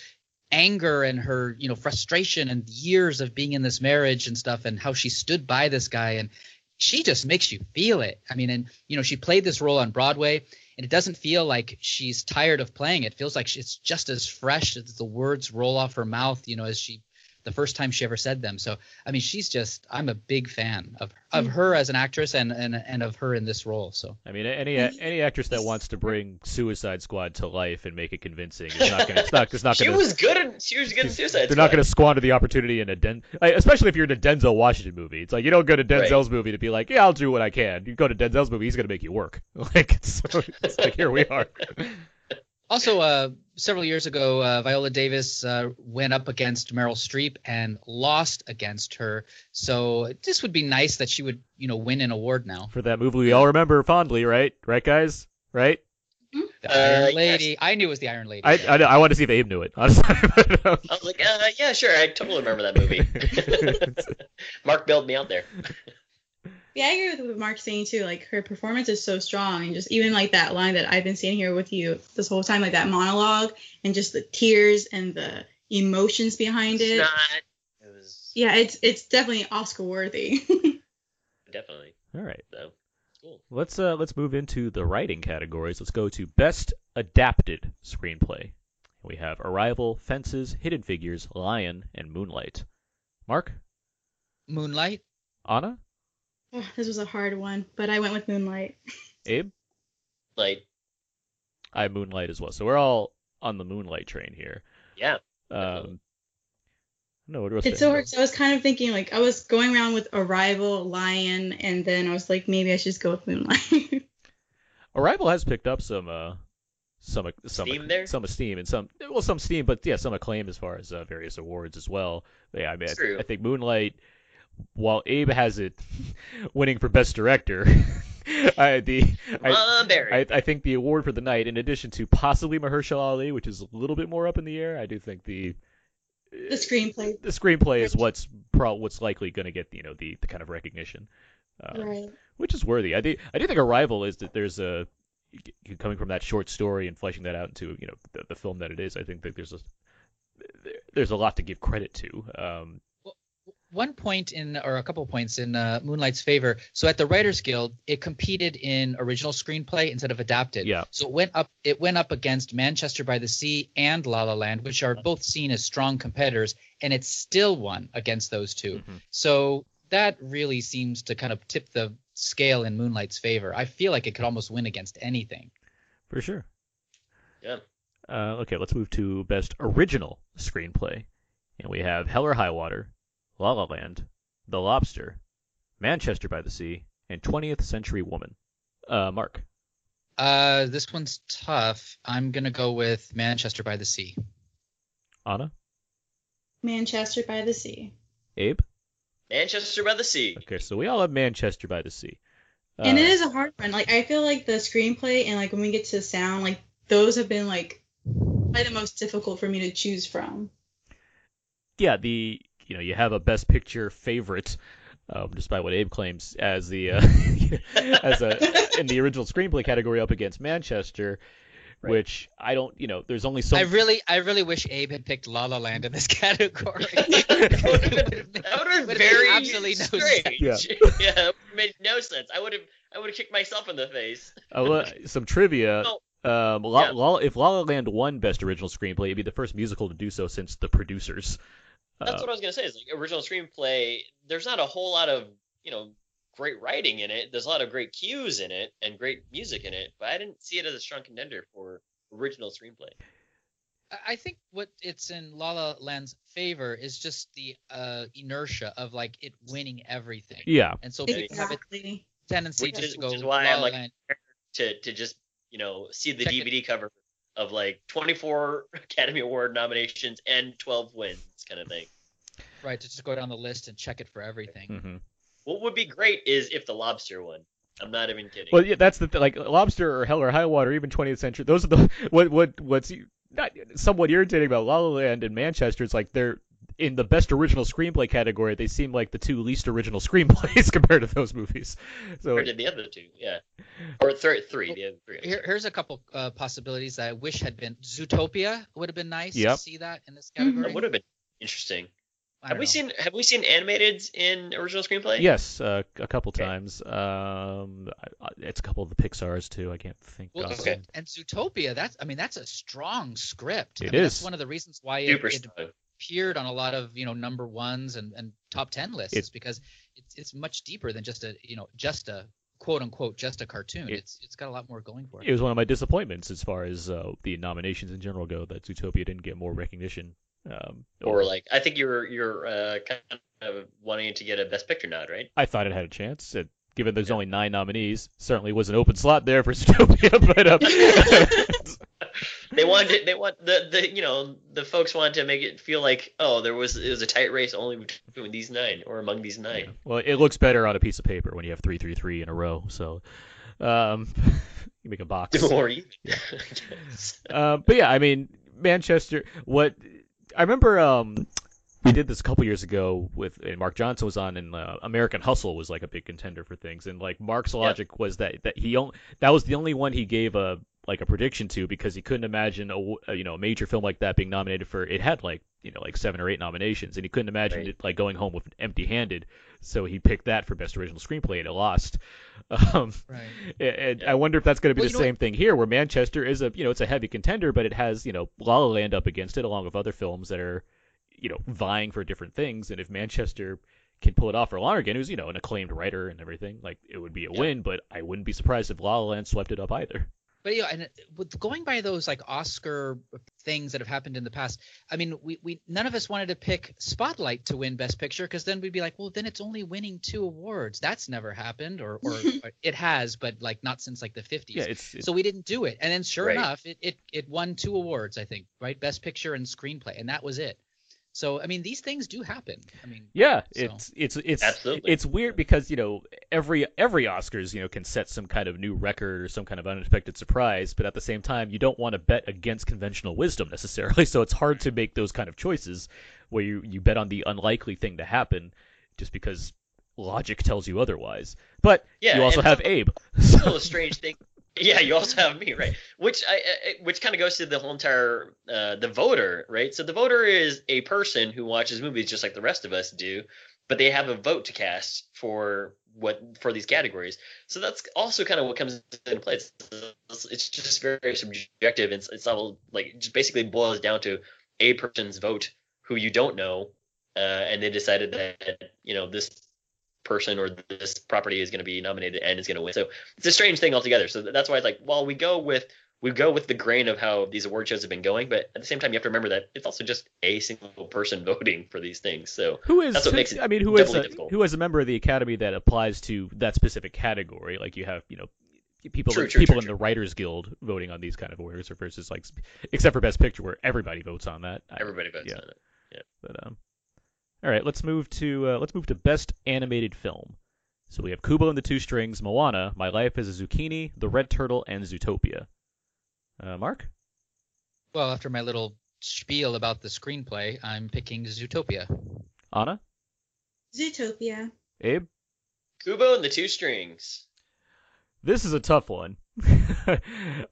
anger and her you know frustration and years of being in this marriage and stuff and how she stood by this guy and she just makes you feel it i mean and you know she played this role on broadway and it doesn't feel like she's tired of playing it feels like she- it's just as fresh as the words roll off her mouth you know as she the first time she ever said them so i mean she's just i'm a big fan of of Mm-hmm. her as an actress and and, and of her in this role so I mean, any any actress that wants to bring Suicide Squad to life and make it convincing is not going to. It's not. It's not She going was good. In, she was good in <laughs> Suicide They're not Squad. going to squander the opportunity in a Den, like, especially if you're in a Denzel Washington movie. It's like you don't go to Right. Denzel's movie to be like, yeah, I'll do what I can. You go to Denzel's movie, he's going to make you work. <laughs> Like it's, it's like here we are. also uh several years ago uh, viola davis uh, went up against meryl streep and lost against her so this would be nice that she would you know win an award now For that movie, we all remember fondly, right? Right, guys? Right? the Uh, iron yes. lady i knew it was the iron lady I I, know- I want to see if Abe knew it. <laughs> Honestly, I was like, uh, yeah, sure. I totally remember that movie. <laughs> Mark bailed me out there. Yeah, I agree with what Mark's saying too. Like her performance is so strong, and just even like that line that I've been seeing here with you this whole time, like that monologue and just the tears and the emotions behind It's it. not. It was yeah, it's it's definitely Oscar worthy. <laughs> definitely all right. so cool. Let's uh let's move into the writing categories. Let's go to best adapted screenplay. We have Arrival, Fences, Hidden Figures, Lion, and Moonlight. Mark, moonlight Anna, this was a hard one, but I went with Moonlight. Abe, Like, I Moonlight as well. So we're all on the Moonlight train here. yeah, Um, no, what else did I It's so have? hard. 'cause I was kind of thinking like I was going around with Arrival, Lion, and then I was like maybe I should just go with Moonlight. <laughs> Arrival has picked up some uh some some Steam there? some esteem and some well some steam, but yeah, some acclaim as far as uh, various awards as well. Yeah, I mean, I, True. I think Moonlight, while Abe has it <laughs> winning for best director, <laughs> I the Mom I, Barry. I I think the award for the night, in addition to possibly Mahershala Ali, which is a little bit more up in the air, I do think the eh, the screenplay, the screenplay is what's pro- what's likely going to get you know the, the kind of recognition. Um, right? which is worthy. I do I do think Arrival is that there's a coming from that short story and fleshing that out into you know the, the film that it is. I think that there's a there's a lot to give credit to. Um, one point in or a couple points in uh, Moonlight's favor. So at the Writers Guild, it competed in original screenplay instead of adapted. Yeah. So it went up it went up against Manchester by the Sea and La La Land, which are both seen as strong competitors, and it still won against those 2 Mhm. So that really seems to kind of tip the scale in Moonlight's favor. I feel like it could almost win against anything. for sure. Yeah. Uh, okay, let's move to best original screenplay, and we have Hell or High Water, La La Land, The Lobster, Manchester by the Sea, and 20th Century Woman. Uh, Mark, Uh, this one's tough. I'm gonna go with Manchester by the Sea. Anna, Manchester by the Sea. Abe. Manchester by <laughs> the Sea. <laughs> Okay, so we all have Manchester by the Sea. and Uh, it is a hard one. Like I feel like the screenplay and like when we get to sound, like those have been like probably the most difficult for me to choose from. yeah, the you know you have a Best Picture favorite, um, despite what Abe claims as the uh, <laughs> as a in the original screenplay category up against Manchester, Right. which I don't you know there's only so I really, I really wish Abe had picked La La Land in this <laughs> <laughs> category. That would've been- That would have been Would've been very absolutely no strange. Yeah. <laughs> yeah, that would've made no sense. I would have, I would have kicked myself in the face. Uh, well, some <laughs> trivia. No. Um, La, Yeah. La- if La La Land won Best Original Screenplay, it'd be the first musical to do so since The Producers. That's Uh, what I was gonna say. Is like original screenplay. There's not a whole lot of you know great writing in it. There's a lot of great cues in it and great music in it, but I didn't see it as a strong contender for original screenplay. I- I think what it's in La La Land's favor is just the uh, inertia of like it winning everything, yeah, and so people have a Exactly. tendency Which just is- to go which is why La I'm La like- Land. To to just you know see the Check it. DVD cover of like 24 <laughs> Academy Award nominations and 12 wins kind of thing. Right, to just go down the list and check it for everything. hmm What would be great is if the lobster won. I'm not even kidding. Well, yeah, that's the th- like Lobster or Hell or High Water, even 20th Century. Those are the <laughs> what what what's e- not somewhat irritating about La La Land and Manchester is like they're in the best original screenplay category. They seem like the two least original <laughs> screenplays compared to those movies. So Or did the other two? Yeah. Or thir- three. The other three. I'm Here, here's a couple uh, possibilities that I wish had been. Zootopia would have been nice Yep. to see that in this Mhm. sorry. category. That would have been interesting. Mm-hmm. I Have don't we know. seen Have we seen animated in original screenplay? yes, uh, a couple Okay. times. Um, I- I- it's a couple of the Pixar's too. I can't think. Well, off the Okay. top. and Zootopia, that's I mean that's a strong script. I It mean, is. That's one of the reasons why it, Super it strong. appeared on a lot of you know number ones and, and top ten lists It- is because it's it's much deeper than just a you know just a quote unquote just a cartoon. It- it's it's got a lot more going for it. It was one of my disappointments as far as uh, the nominations in general go. That Zootopia didn't get more recognition. Um, Or like I think you're you're uh, kind of wanting to get a best picture nod, right? I thought it had a chance. It, given there's Yeah. only nine nominees, certainly was an open slot there for <laughs> Zootopia. But uh, <laughs> They wanted they want the, the you know the folks wanted to make it feel like oh there was it was a tight race only between these nine or among these nine. well, it looks better on a piece of paper when you have three, three, three in a row. So um, <laughs> you make a box. <laughs> Or even. um, but yeah, I mean Manchester. What I remember, um, we did this a couple years ago with, and Mark Johnson was on, and uh, American Hustle was like a big contender for things, and like Mark's logic was that that he only that was the only one he gave a like a prediction to because he couldn't imagine a w- a, you know a major film like that being nominated for it had like you know like seven or eight nominations and he couldn't imagine Right. it like going home with empty handed so he picked that for best original screenplay and it lost <laughs> um, Right. and- And Yeah. I wonder if that's going to be Well, the you know same thing here, where Manchester is a you know it's a heavy contender, but it has you know La La Land up against it, along with other films that are you know vying for different things. And if Manchester can pull it off for Lonergan, who's you know an acclaimed writer and everything, like it would be a Yeah. win. But I wouldn't be surprised if La La Land swept it up either. But you know, and with going by those like Oscar things that have happened in the past, I mean, we, we none of us wanted to pick Spotlight to win Best Picture because then we'd be like, well, then it's only winning two awards. That's never happened, or <laughs> or, or it has, but like not since like the fifties. Yeah, it's, it's so we didn't do it, and then sure Right. enough, it, it it won two awards, I think, right? Best Picture and Screenplay, and that was it. So I mean, these things do happen. I mean, Yeah, So- it's it's it's Absolutely. it's weird because you know every every Oscars you know can set some kind of new record or some kind of unexpected surprise, but at the same time you don't want to bet against conventional wisdom necessarily. <laughs> So it's hard to make those kind of choices where you you bet on the unlikely thing to happen just because logic tells you otherwise. But Yeah, you also and have some- Abe. <laughs> still a strange thing. Yeah, you also have me, right? Which I, I which kind of goes to the whole entire uh, the voter, right? So the voter is a person who watches movies just like the rest of us do, but they have a vote to cast for what for these categories. So that's also kind of what comes into play. It's, it's- it's just very subjective, and it's, it's all like it just basically boils down to a person's vote who you don't know, uh, and they decided that you know this person or this property is going to be nominated and is going to win. So it's a strange thing altogether. So th- that's why it's like, well, we go with we go with the grain of how these award shows have been going, but at the same time, you have to remember that it's also just a single person <laughs> voting for these things. So Who is? That's what makes it I mean, who is doubly a, difficult. who is a member of the academy that applies to that specific category? Like you have, you know, people True, true, people true, in the Writers Guild voting on these kind of awards, or versus like, except for Best Picture, where everybody votes on that. I- everybody votes yeah. on it. But um, all right, let's move to uh, let's move to Best Animated Film. So we have Kubo and the Two Strings, Moana, My Life as a Zucchini, The Red Turtle, and Zootopia. Uh, Mark? well, after my little spiel about the screenplay, I'm picking Zootopia. Anna, Zootopia. Abe, Kubo and the Two Strings. this is a tough one. <laughs>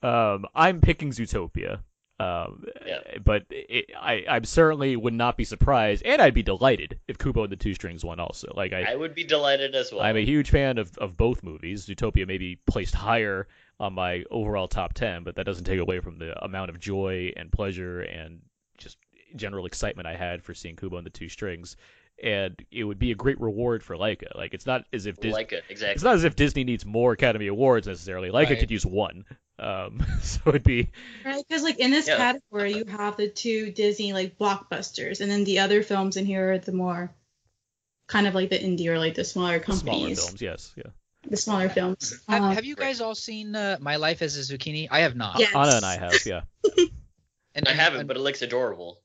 um, I'm picking Zootopia. Um, Yeah. but it, I, I certainly would not be surprised, and I'd be delighted if Kubo and the Two Strings won also. Like I, I would be delighted as well. I'm a huge fan of, of both movies. Zootopia may be placed higher on my overall top 10, but that doesn't take away from the amount of joy and pleasure and just general excitement I had for seeing Kubo and the Two Strings. And it would be a great reward for Leica. Like it's not as if Dis- like it it's exactly. not as if Disney needs more Academy Awards necessarily. Leica Right. could use one. Um, <laughs> so it'd be Right, because like in this Yeah. category, you have the two Disney like blockbusters, and then the other films in here are the more kind of like the indie or like the smaller smaller companies, films. Yes, yeah. the smaller films. Have, Um, have you guys all seen uh, My Life as a Zucchini? I have not. Yes. Anna and I have. Yeah. And I haven't, and- but it looks adorable.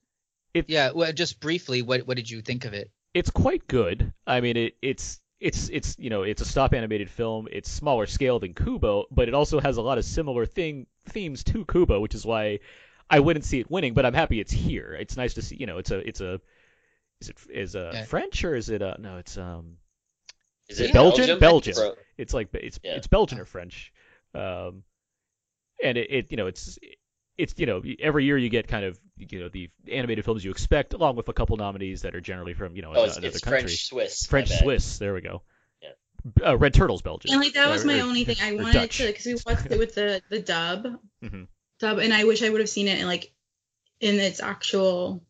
yeah. Well, just briefly, what what did you think of it? it's quite good. I mean, it, it's it's it's you know it's a stop animated film. It's smaller scale than Kubo, but it also has a lot of similar thing themes to Kubo, which is why I wouldn't see it winning. But I'm happy it's here. It's nice to see. You know, it's a it's a is it is a Yeah. French or is it a no? It's um Is it Yeah. Belgian? Belgium? Belgian. it's like it's Yeah. it's Belgian or French, um, and it, it you know it's it's you know every year you get kind of you know the animated films you expect along with a couple nominees that are generally from you know Oh, it's, another it's country. French Swiss. my French bad. Swiss. There we go. Yeah. Uh, Red Turtles Belgian. And like that was Or- my or- only <laughs> thing. I or wanted Dutch. to because we watched it with the the dub, Mhm. dub, and I wish I would have seen it in like in its actual.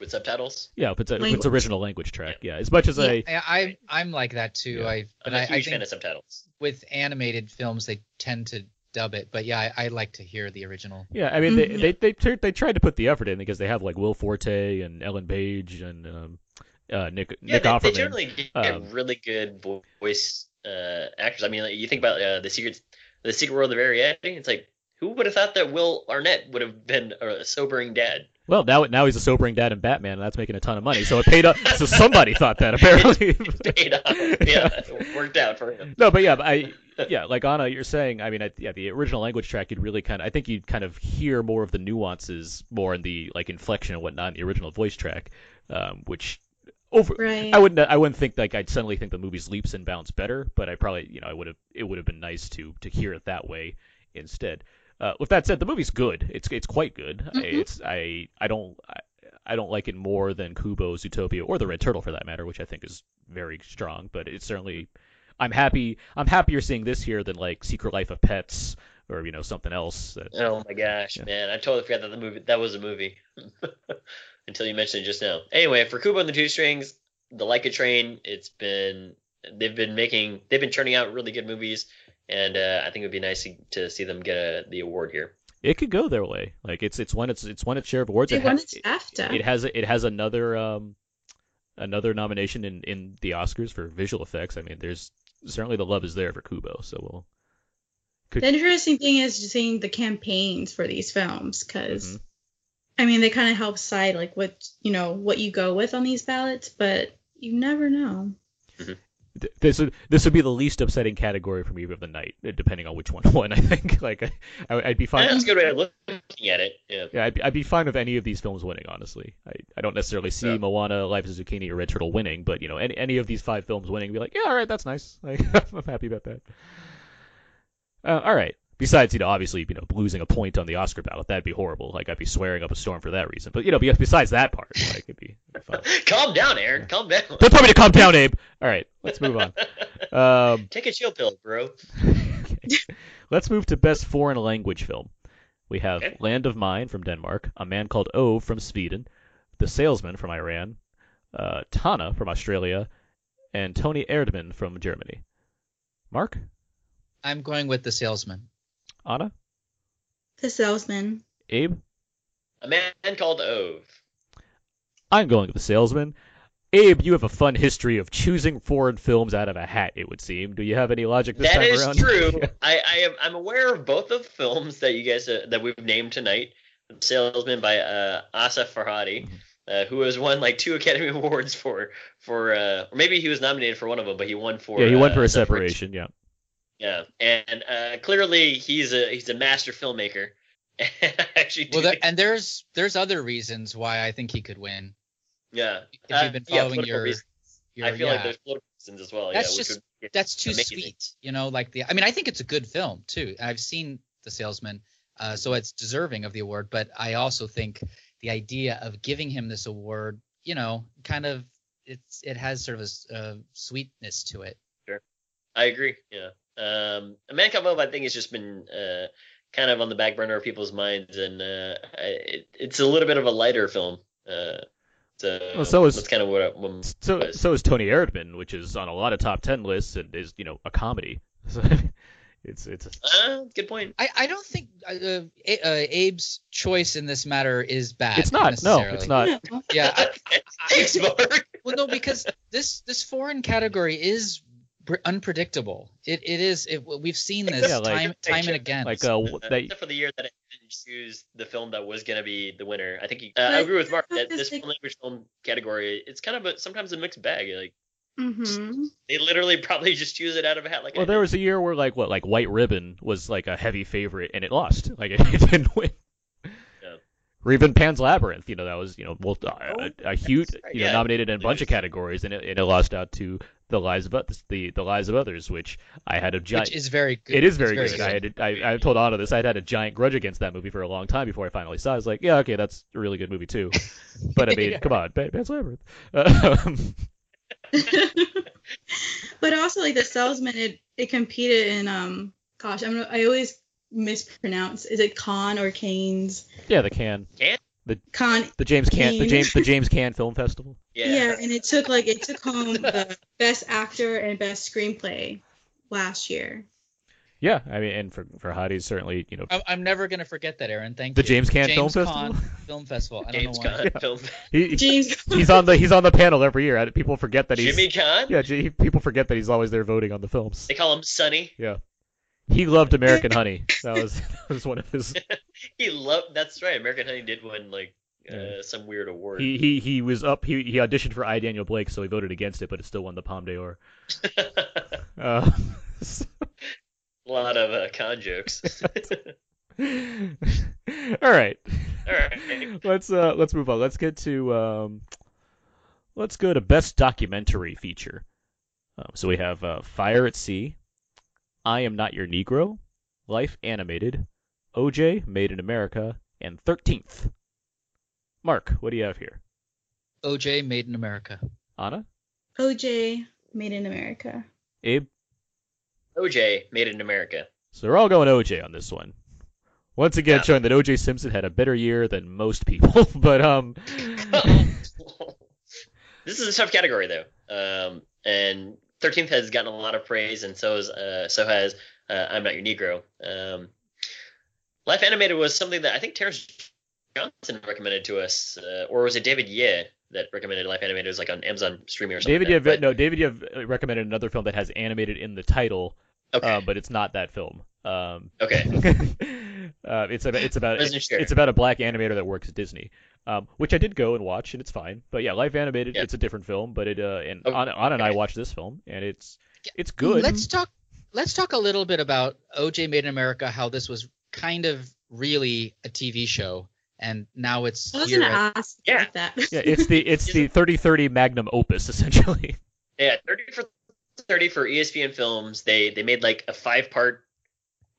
with subtitles. Yeah, if it's, a, if it's language. original language track. Yeah, as much as I. Yeah, I, I am like that too. Yeah. I I'm but a I, I huge think fan of subtitles. with animated films they tend to dub it. But yeah, I, I like to hear the original. Yeah, I mean they, Mhm. they they tur- they tried to put the effort in because they have like Will Forte and Ellen Page and um, uh, Nick Yeah, Nick they, they Offerman. generally get um, really good vo- voice uh, actors. I mean, like, you think about uh, the secret, the secret world of Ariadne. It's like who would have thought that Will Arnett would have been a sobering dad? <laughs> Well, now now he's a sobering dad in Batman, and that's making a ton of money. So it paid up. <laughs> so somebody thought that apparently. <laughs> Paid off. yeah, it worked out for him. No, but yeah, but I yeah, like Anna, you're saying. I mean, I, yeah, the original language track, you'd really kind of, I think you'd kind of hear more of the nuances, more in the like inflection and whatnot, in the original voice track, um, which over. Right. I wouldn't. I wouldn't think like I'd suddenly think the movie's leaps and bounds better, but I probably, you know, I would have. It would have been nice to to hear it that way instead. Uh, with that said, the movie's good. It's it's quite good. I, Mhm. it's I I don't I, I don't like it more than Kubo's Utopia or the Red Turtle for that matter, which I think is very strong. But it's certainly I'm happy I'm happier seeing this here than like Secret Life of Pets or you know something else. That, Oh my gosh, Yeah. man! I totally forgot that the movie that was a movie <laughs> until you mentioned it just now. Anyway, for Kubo and the Two Strings, the Leica Train, it's been they've been making they've been churning out really good movies, and uh, I think it would be nice to, to see them get a, the award here. it could go their way. Like it's it's one it's it's one its share of awards. They It ha- won its it- BAFTA. it has it has another um another nomination in in the Oscars for visual effects. I mean, there's certainly the love is there for Kubo, so we'll The interesting thing is just seeing the campaigns for these films because, Mm-hmm. I mean, they kind of help side like what you know what you go with on these ballots, but you never know. th- this would this would be the least upsetting category for me of the night, depending on which one <laughs> won. I think like I, I I'd be Yeah, fine. that's a good way of looking at it. Yeah. Yeah, I'd, be- I'd be fine with any of these films winning. Honestly, I, I don't necessarily see Yeah. Moana, Life as a Zucchini, or Red Turtle winning, but you know, any any of these five films winning, be like, yeah, all right, that's nice. <laughs> Like, I'm happy about that. Uh, all right. Besides, you know, obviously, you know, losing a point on the Oscar ballot, that'd be horrible. Like, I'd be swearing up a storm for that reason. But you know, be- besides that part, like, it'd be it'd be <laughs> fine. calm down, Aaron. Calm down. Don't tell me to calm down, Abe. All right, let's move on. Um, Take a chill pill, bro. <laughs> Let's move to best foreign language film. We have Okay. Land of Mine from Denmark, A Man Called Ove from Sweden, The Salesman from Iran, uh, Tana from Australia, and Tony Erdmann from Germany. Mark, I'm going with the salesman. Anna, The salesman. Abe, A man called Ove. I'm going with The Salesman. Abe, you have a fun history of choosing foreign films out of a hat. It would seem. Do you have any logic this That time is around? <laughs> true. I, I am I'm aware of both of the films that you guys uh, that we've named tonight. Salesman by uh, Asaf Farhadi, uh, who has won like two Academy <laughs> Awards for for uh, or maybe he was nominated for one of them, but he won for yeah, he won uh, for a separation. Yeah. Yeah, and uh, clearly he's a he's a master filmmaker. <laughs> I actually, do Well, there, think- and there's there's other reasons why I think he could win. <laughs> yeah. If Uh, you've been yeah, following political your, reasons. your, I feel yeah, like there's political reasons as well. That's yeah, which just- would, that's too amazing. sweet. You know, like the I mean, I think it's a good film too. I've seen The Salesman, uh, so it's deserving of the award. But I also think the idea of giving him this award, you know, kind of it's it has sort of a s- a sweetness to it. I agree. Yeah. Um, A Man Called Love, I think, has just been uh, kind of on the back burner of people's minds, and uh, I, it, it's a little bit of a lighter film. Uh, so, Well, so is- that's kind of what. I, what So Yes. so is Tony Erdman, which is on a lot of top ten lists and is you know a comedy. <laughs> So it's it's uh, good point. I, I don't think uh, uh, A- uh, Abe's choice in this matter is bad. it's not no necessarily. it's not. <laughs> No. <laughs> Yeah, I- <laughs> Thanks, Mark. well, no, because this this foreign category is br- unpredictable. It it is. It, we've seen this Yeah, like- time time and again. Like uh, Uh, they, Except for the year that I didn't choose the film that was going to be the winner. I think he, uh, I But agree with Mark that's that not this the- foreign language film category, it's kind of a, sometimes a mixed bag. Like hmm they literally <laughs> probably just choose it out of a hat. Like well, I there did. was a year where like what like White Ribbon was like a heavy favorite and it lost. <laughs> Like it, didn't win. Yeah. Or even Pan's Labyrinth, you know that was you know well, a, a, a huge right, you know yeah. nominated in a bunch of Yes. categories and it, and it lost out to the lives of Oth- the the lives of others, which I had a giant. which is very good. It is very, It's good. I had I, I told Anna this. I had had a giant grudge against that movie for a long time before I finally saw. it. I was like, yeah, okay, that's a really good movie too. But I mean, Yeah. come on, Pan- Pan's <laughs> Labyrinth. Uh, <laughs> but also like the salesman it, it competed in um gosh i'm i always mispronounce is it con or canes yeah, the can con the James Can the Can. James the James Can Film Festival. yeah. and it took like it took home the best actor and best screenplay last year Yeah, I mean, and for for hotties certainly, you know, I'm, I'm never gonna forget that, Aaron. Thank the you. James Can Film James Festival. Caan <laughs> Film Festival. I don't James know why. Caan film. Uh, He, james he's on the he's on the panel every year. I- People forget <laughs> that he's Jimmy Caan. yeah. J- people forget that he's always there voting on the films. They call him Sonny. He loved American Honey. That was <laughs> that was one of his He loved. That's right. American Honey did win like uh, Yeah. some weird award. He he he was up. He he auditioned for I Daniel Blake, so he voted against it, but it still won the Palme d'Or. <laughs> Uh, <laughs> A lot of uh, <laughs> con jokes. all right, All right. let's uh let's move on. Let's get to um, let's go to best documentary feature. Um, so we have uh, Fire at Sea, I Am Not Your Negro, Life Animated, OJ Made in America, and Thirteenth. Mark, what do you have here? OJ Made in America. Anna, oj made in america Abe. OJ made it <laughs> in America. <laughs> So they're all going OJ on this one. Once again, Yeah. showing that OJ Simpson had a better year than most people. <laughs> but <laughs> um, this is a tough category though, um, and Thirteenth has gotten a lot of praise, and so is uh, so has uh, I'm Not Your Negro. Um, Life Animated was something that I think Terrence Johnson recommended to us, uh, or was it David Ye that recommended Life Animated? It was like on Amazon streaming or something. David like Yev, that, no, David Yev uh, recommended another film that has animated in the title, but- Okay. uh, but it's not that film. Um, okay. <laughs> uh, it's about it's about Wasn't it's, sure. about a black animator that works at Disney, um, which I did go and watch, and it's fine. But yeah, Life Animated, Yeah. Oh, it's a different film, but it uh, and Okay. on on and I watched this film, and it's it's good. Let's talk. Let's talk a little bit about OJ Made in America. How this was kind of really a TV show, and now it's i was here gonna at- ask Yeah. about that yeah, it's the it's the thirty thirty magnum opus <laughs> essentially. Yeah, thirty for thirty for E ESPN Films. They they made like a five part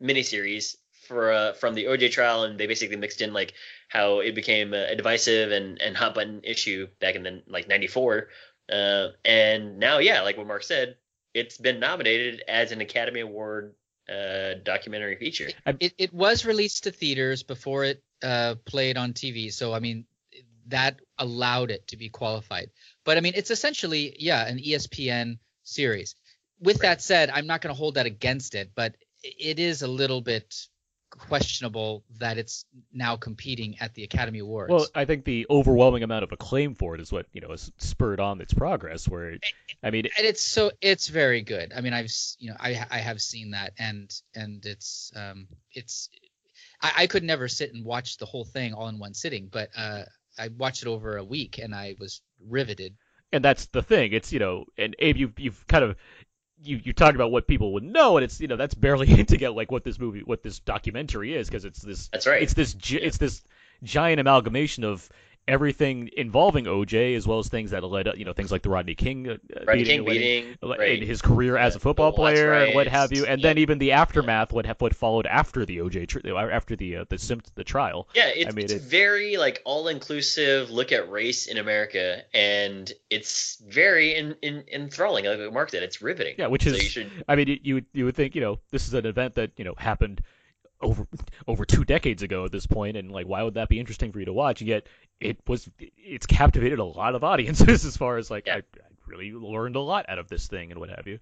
miniseries for uh, from the OJ trial, and they basically mixed in like how it became a, a divisive and and hot button issue back in the like '94. Uh, and now, yeah, like what Mark said, it's been nominated as an Academy Award uh, documentary feature. it. It was released to theaters before it uh, played on TV. So I mean, that allowed it to be qualified. But I mean, it's essentially yeah an E ESPN series. With Right. that said, I'm not going to hold that against it, but it is a little bit questionable that it's now competing at the Academy Awards. Well, I think the overwhelming amount of acclaim for it is what you know has spurred on its progress. Where it, I mean, and it's so it's very good. I mean, I've s- you know I ha- I have seen that, and and it's um it's I, I could never sit and watch the whole thing all in one sitting, but uh I watched it over a week and I was riveted. and that's the thing. It's you know, and Abe, you've you've kind of you you talk about what people would know, and it's you know that's barely <laughs> hinting at like what this movie, what this documentary is, because it's this. That's right. It's this. gi- It's this giant amalgamation of everything involving OJ, as well as things that led, up, you know, things like the Rodney King uh, Rodney King and what he- beating, like, right. in his career as a football the watch player and what riots, have you, and yeah. then even the aftermath, what ha- what followed after the OJ, tr- after the uh, the Simp the trial. Yeah, it's, I mean, it's it- very like all inclusive look at race in America, and it's very in, in, enthralling. Like Mark did, it's riveting. Yeah, which so is, you should I mean, you- you would you would think you know this is an event that you know happened over over two decades ago at this point, and like why would that be interesting for you to watch? And yet it was it's captivated a lot of audiences <laughs> as far as like Yeah. I, I really learned a lot out of this thing and what have you.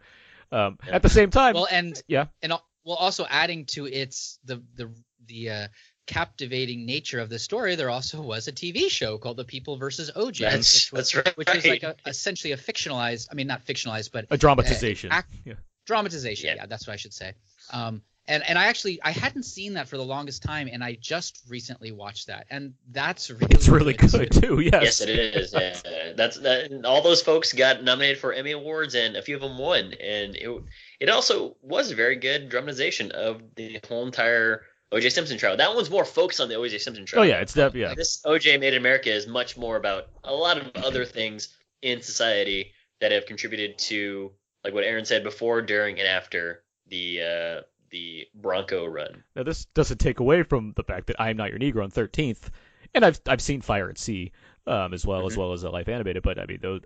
Um, Yeah. At the same time, well and yeah. and al- well also adding to its the the the uh captivating nature of the story there also was a tv show called the people versus oj That's- which was, that's right. which was like a, essentially a fictionalized i mean not fictionalized but a dramatization. uh, act- yeah. dramatization Yeah. yeah. that's what i should say um and and i actually i hadn't seen that for the longest time and i just recently watched that and that's really <laughs> It's really too. good too. Yes. <laughs> yes, it is. Yeah, that's that. and All those folks got nominated for Emmy awards, and a few of them won. And it it also was a very good dramatization of the whole entire O.J. Simpson trial. That one's more focused on the O.J. Simpson trial. Oh yeah, it's def- yeah. This OJ Made in America is much more about a lot of other things in society that have contributed to, like what Aaron said before, during, and after the uh, the Bronco run. Now this doesn't take away from the fact that I am not your Negro on Thirteenth, and I've I've seen Fire at Sea, um, as well as well as uh, Life Animated. But I mean, those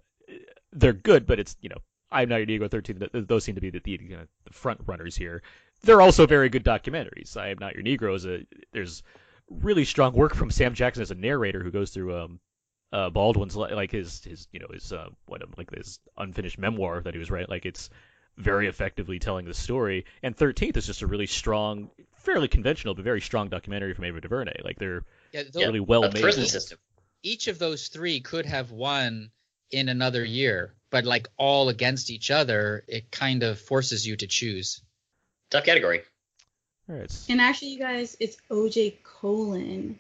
they're good, but it's you know I'm not your Negro Thirteenth. th- Those seem to be the the, you know, the front runners here. They're also very good documentaries. I am not your Negro is a there's really strong work from Sam Jackson as a narrator who goes through um uh, Baldwin's li- like his his you know his uh, what um, like his unfinished memoir that he was writing. Like it's very effectively telling the story. And Thirteenth is just a really strong, fairly conventional but very strong documentary from Ava DuVernay. Like they're Yeah, tho- really well About the made. prison system. each of those three could have won in another year, but like all against each other, it kind of forces you to <laughs> choose. Tough category. All right, s- And actually, you guys, it's OJ colon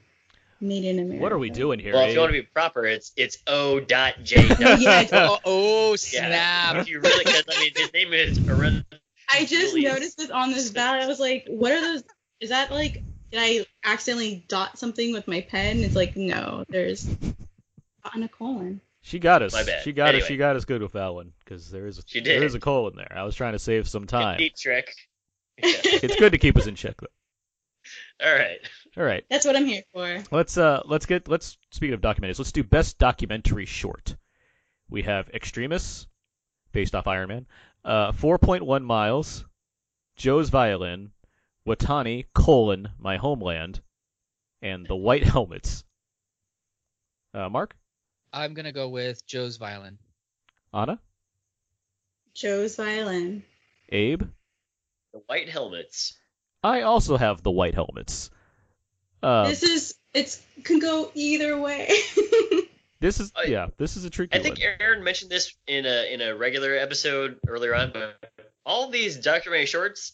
made in America. what are we doing here? Well, if eh? you want to be proper, it's it's O. Dot <laughs> J. Dot. Yeah, it's- oh, oh, Yeah. snap! If you really, because I mean, his name is Arun. I just Really? noticed this on this ballot. I was like, what are those? Is that like, did I accidentally dot something with my pen? It's like, no, there's not a colon. <laughs> She got us. My bad. She got us. Anyway. She got us good with that one because there is a, She there did. is a colon there. I was trying to save <laughs> some time. Deep trick. it's good to keep us in check though. All right. All right. That's what I'm here for. Let's uh let's get let's speaking of documentaries, let's do best documentary short. We have Extremis, based off Iron Man, uh, 4.1 miles, Joe's Violin, Watani colon My Homeland, and The White Helmets. Uh, Mark, I'm gonna go with Joe's violin. Anna, Joe's violin. Abe. The White Helmets. I also have The White Helmets. Uh, this is, it's can go either way. <laughs> this is I- yeah, this is a tricky I think one. Aaron mentioned this in a in a regular episode earlier on, but all these documentary shorts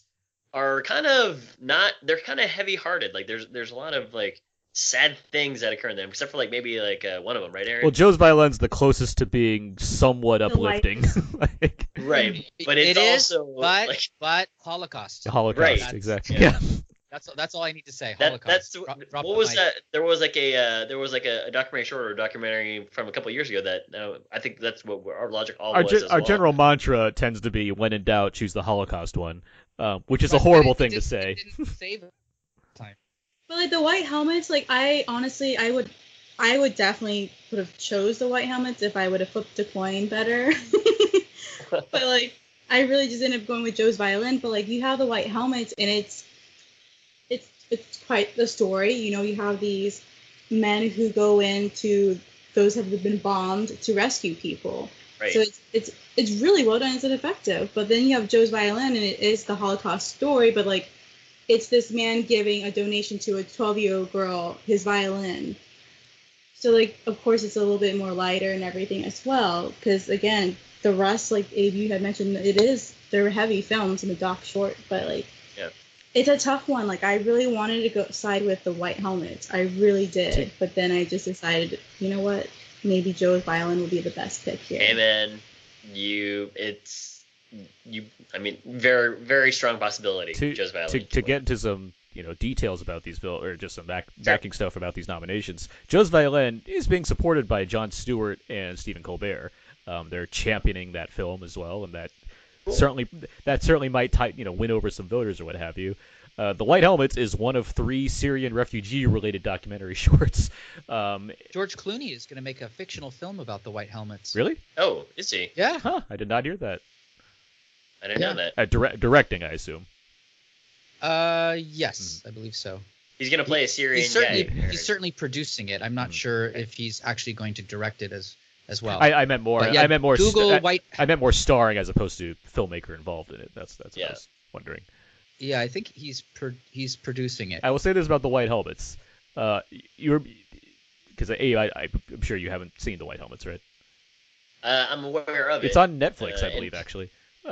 are kind of not they're kind of heavy hearted. Like there's there's a lot of like sad things that occur in them, except for like maybe like uh, one of them, right, Aaron? Well, Joe's Violin's the closest to being somewhat Delight. uplifting, <laughs> like <laughs> right, but it's It is, also but <laughs> like but Holocaust. Holocaust, Right. exactly. <laughs> Yeah. That's that's all I need to say. that Holocaust. that's Dro- what- drop what the was mic. that? There was like a uh, there was like a, a documentary short or a documentary from a couple years ago that uh, I think that's what our logic all our, was. gen- as our well. general mantra tends to be when in doubt choose the holocaust one um, which is a But- but horrible it thing to didn't- say it didn't save it. But like the white helmets, like I honestly, I would, I would definitely would have chose the white helmets if I would have flipped a coin better. <laughs> but like, I really just ended up going with Joe's violin. But like, you have the white helmets, and it's, it's, it's quite the story. You know, you have these men who go into those who have been bombed to rescue people. right. So it's, it's it's really well done. It's effective. But then you have Joe's Violin, and it is the Holocaust story. But like, it's this man giving a donation to a 12 year old girl his violin. So like, of course, it's a little bit more lighter and everything as well. Because again, the rest, like Abe, you had mentioned, it is they're heavy films and the doc short. But like, Yeah. it's a tough one. Like I really wanted to go side with the White Helmets. I really did. But then I just decided, you know what? Maybe Joe's Violin will be the best pick here. Amen. You, it's you, I mean, very very strong possibility. to, Joe's Valley. to, to get into some you know details about these bill or just some back, backing stuff about these nominations, Joe's Violin is being supported by John Stewart and Stephen Colbert. Um, they're championing that film as well, and that Cool. certainly that certainly might ti- you know win over some voters or what have you. Uh, the White Helmets is one of three Syrian refugee-related documentary <laughs> shorts. Um, George Clooney is going to make a fictional film about the White Helmets. really? Oh, is he? Yeah. Huh? I did not hear that. I didn't Yeah. know that. Uh, dire- directing, I assume. Uh, yes, I believe so. He's gonna play a Syrian He's certainly guy. he's certainly producing it. I'm not Mhm. sure if he's actually going to direct it as as Oh. well. I, I meant more. But yeah, I meant more. st- Google I- White. I meant more starring as opposed to filmmaker involved in it. That's that's what I Yeah. was wondering. Yeah, I think he's pro- he's producing it. I will say this about the White Helmets. Uh, you're because a I, I I'm sure you haven't seen the White Helmets, right? Uh, I'm aware of it. It's on Netflix, Uh, I and- believe, actually. Yeah.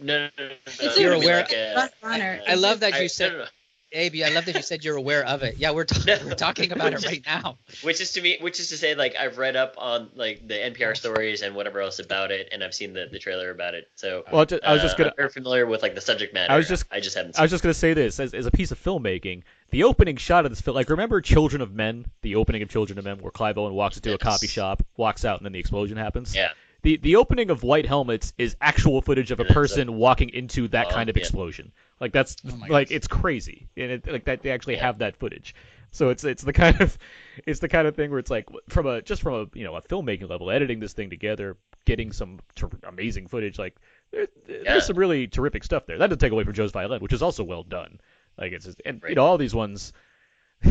Um, No, no, no, no, no, It's no, You're I mean, aware- like, uh, That's honor. I- I love that I- you said, no, no, no. Abe. I love that you said you're aware of it. Yeah, we're ta- <laughs> No. we're talking about it right now. Which is to me, which is to say, like I've read up on like the NPR stories and whatever else about it, and I've seen the, the trailer about it. So well, ju- I was just uh, gonna I'm very familiar with like the subject matter. I was just- I just haven't. I was just gonna say this as, as a piece of filmmaking. The opening shot of this film, like remember Children of Men, the opening of Children of Men, where Clive Owen walks into a Yes. coffee shop, walks out, and then the explosion happens. Yeah. The the opening of White Helmets is actual footage of a And it's a- person walking into that Oh, kind of yeah. explosion. Like that's Oh my like gosh. it's crazy, and it, like that they actually Yeah. have that footage. So it's it's the kind of <laughs> it's the kind of thing where it's like from a just from a you know a filmmaking level, editing this thing together, getting some ter- amazing footage. Like there, Yeah. there's some really terrific stuff there. That doesn't take away from Joe's Violin, which is also well done. Like it's just, and you Right. know all these ones, <laughs>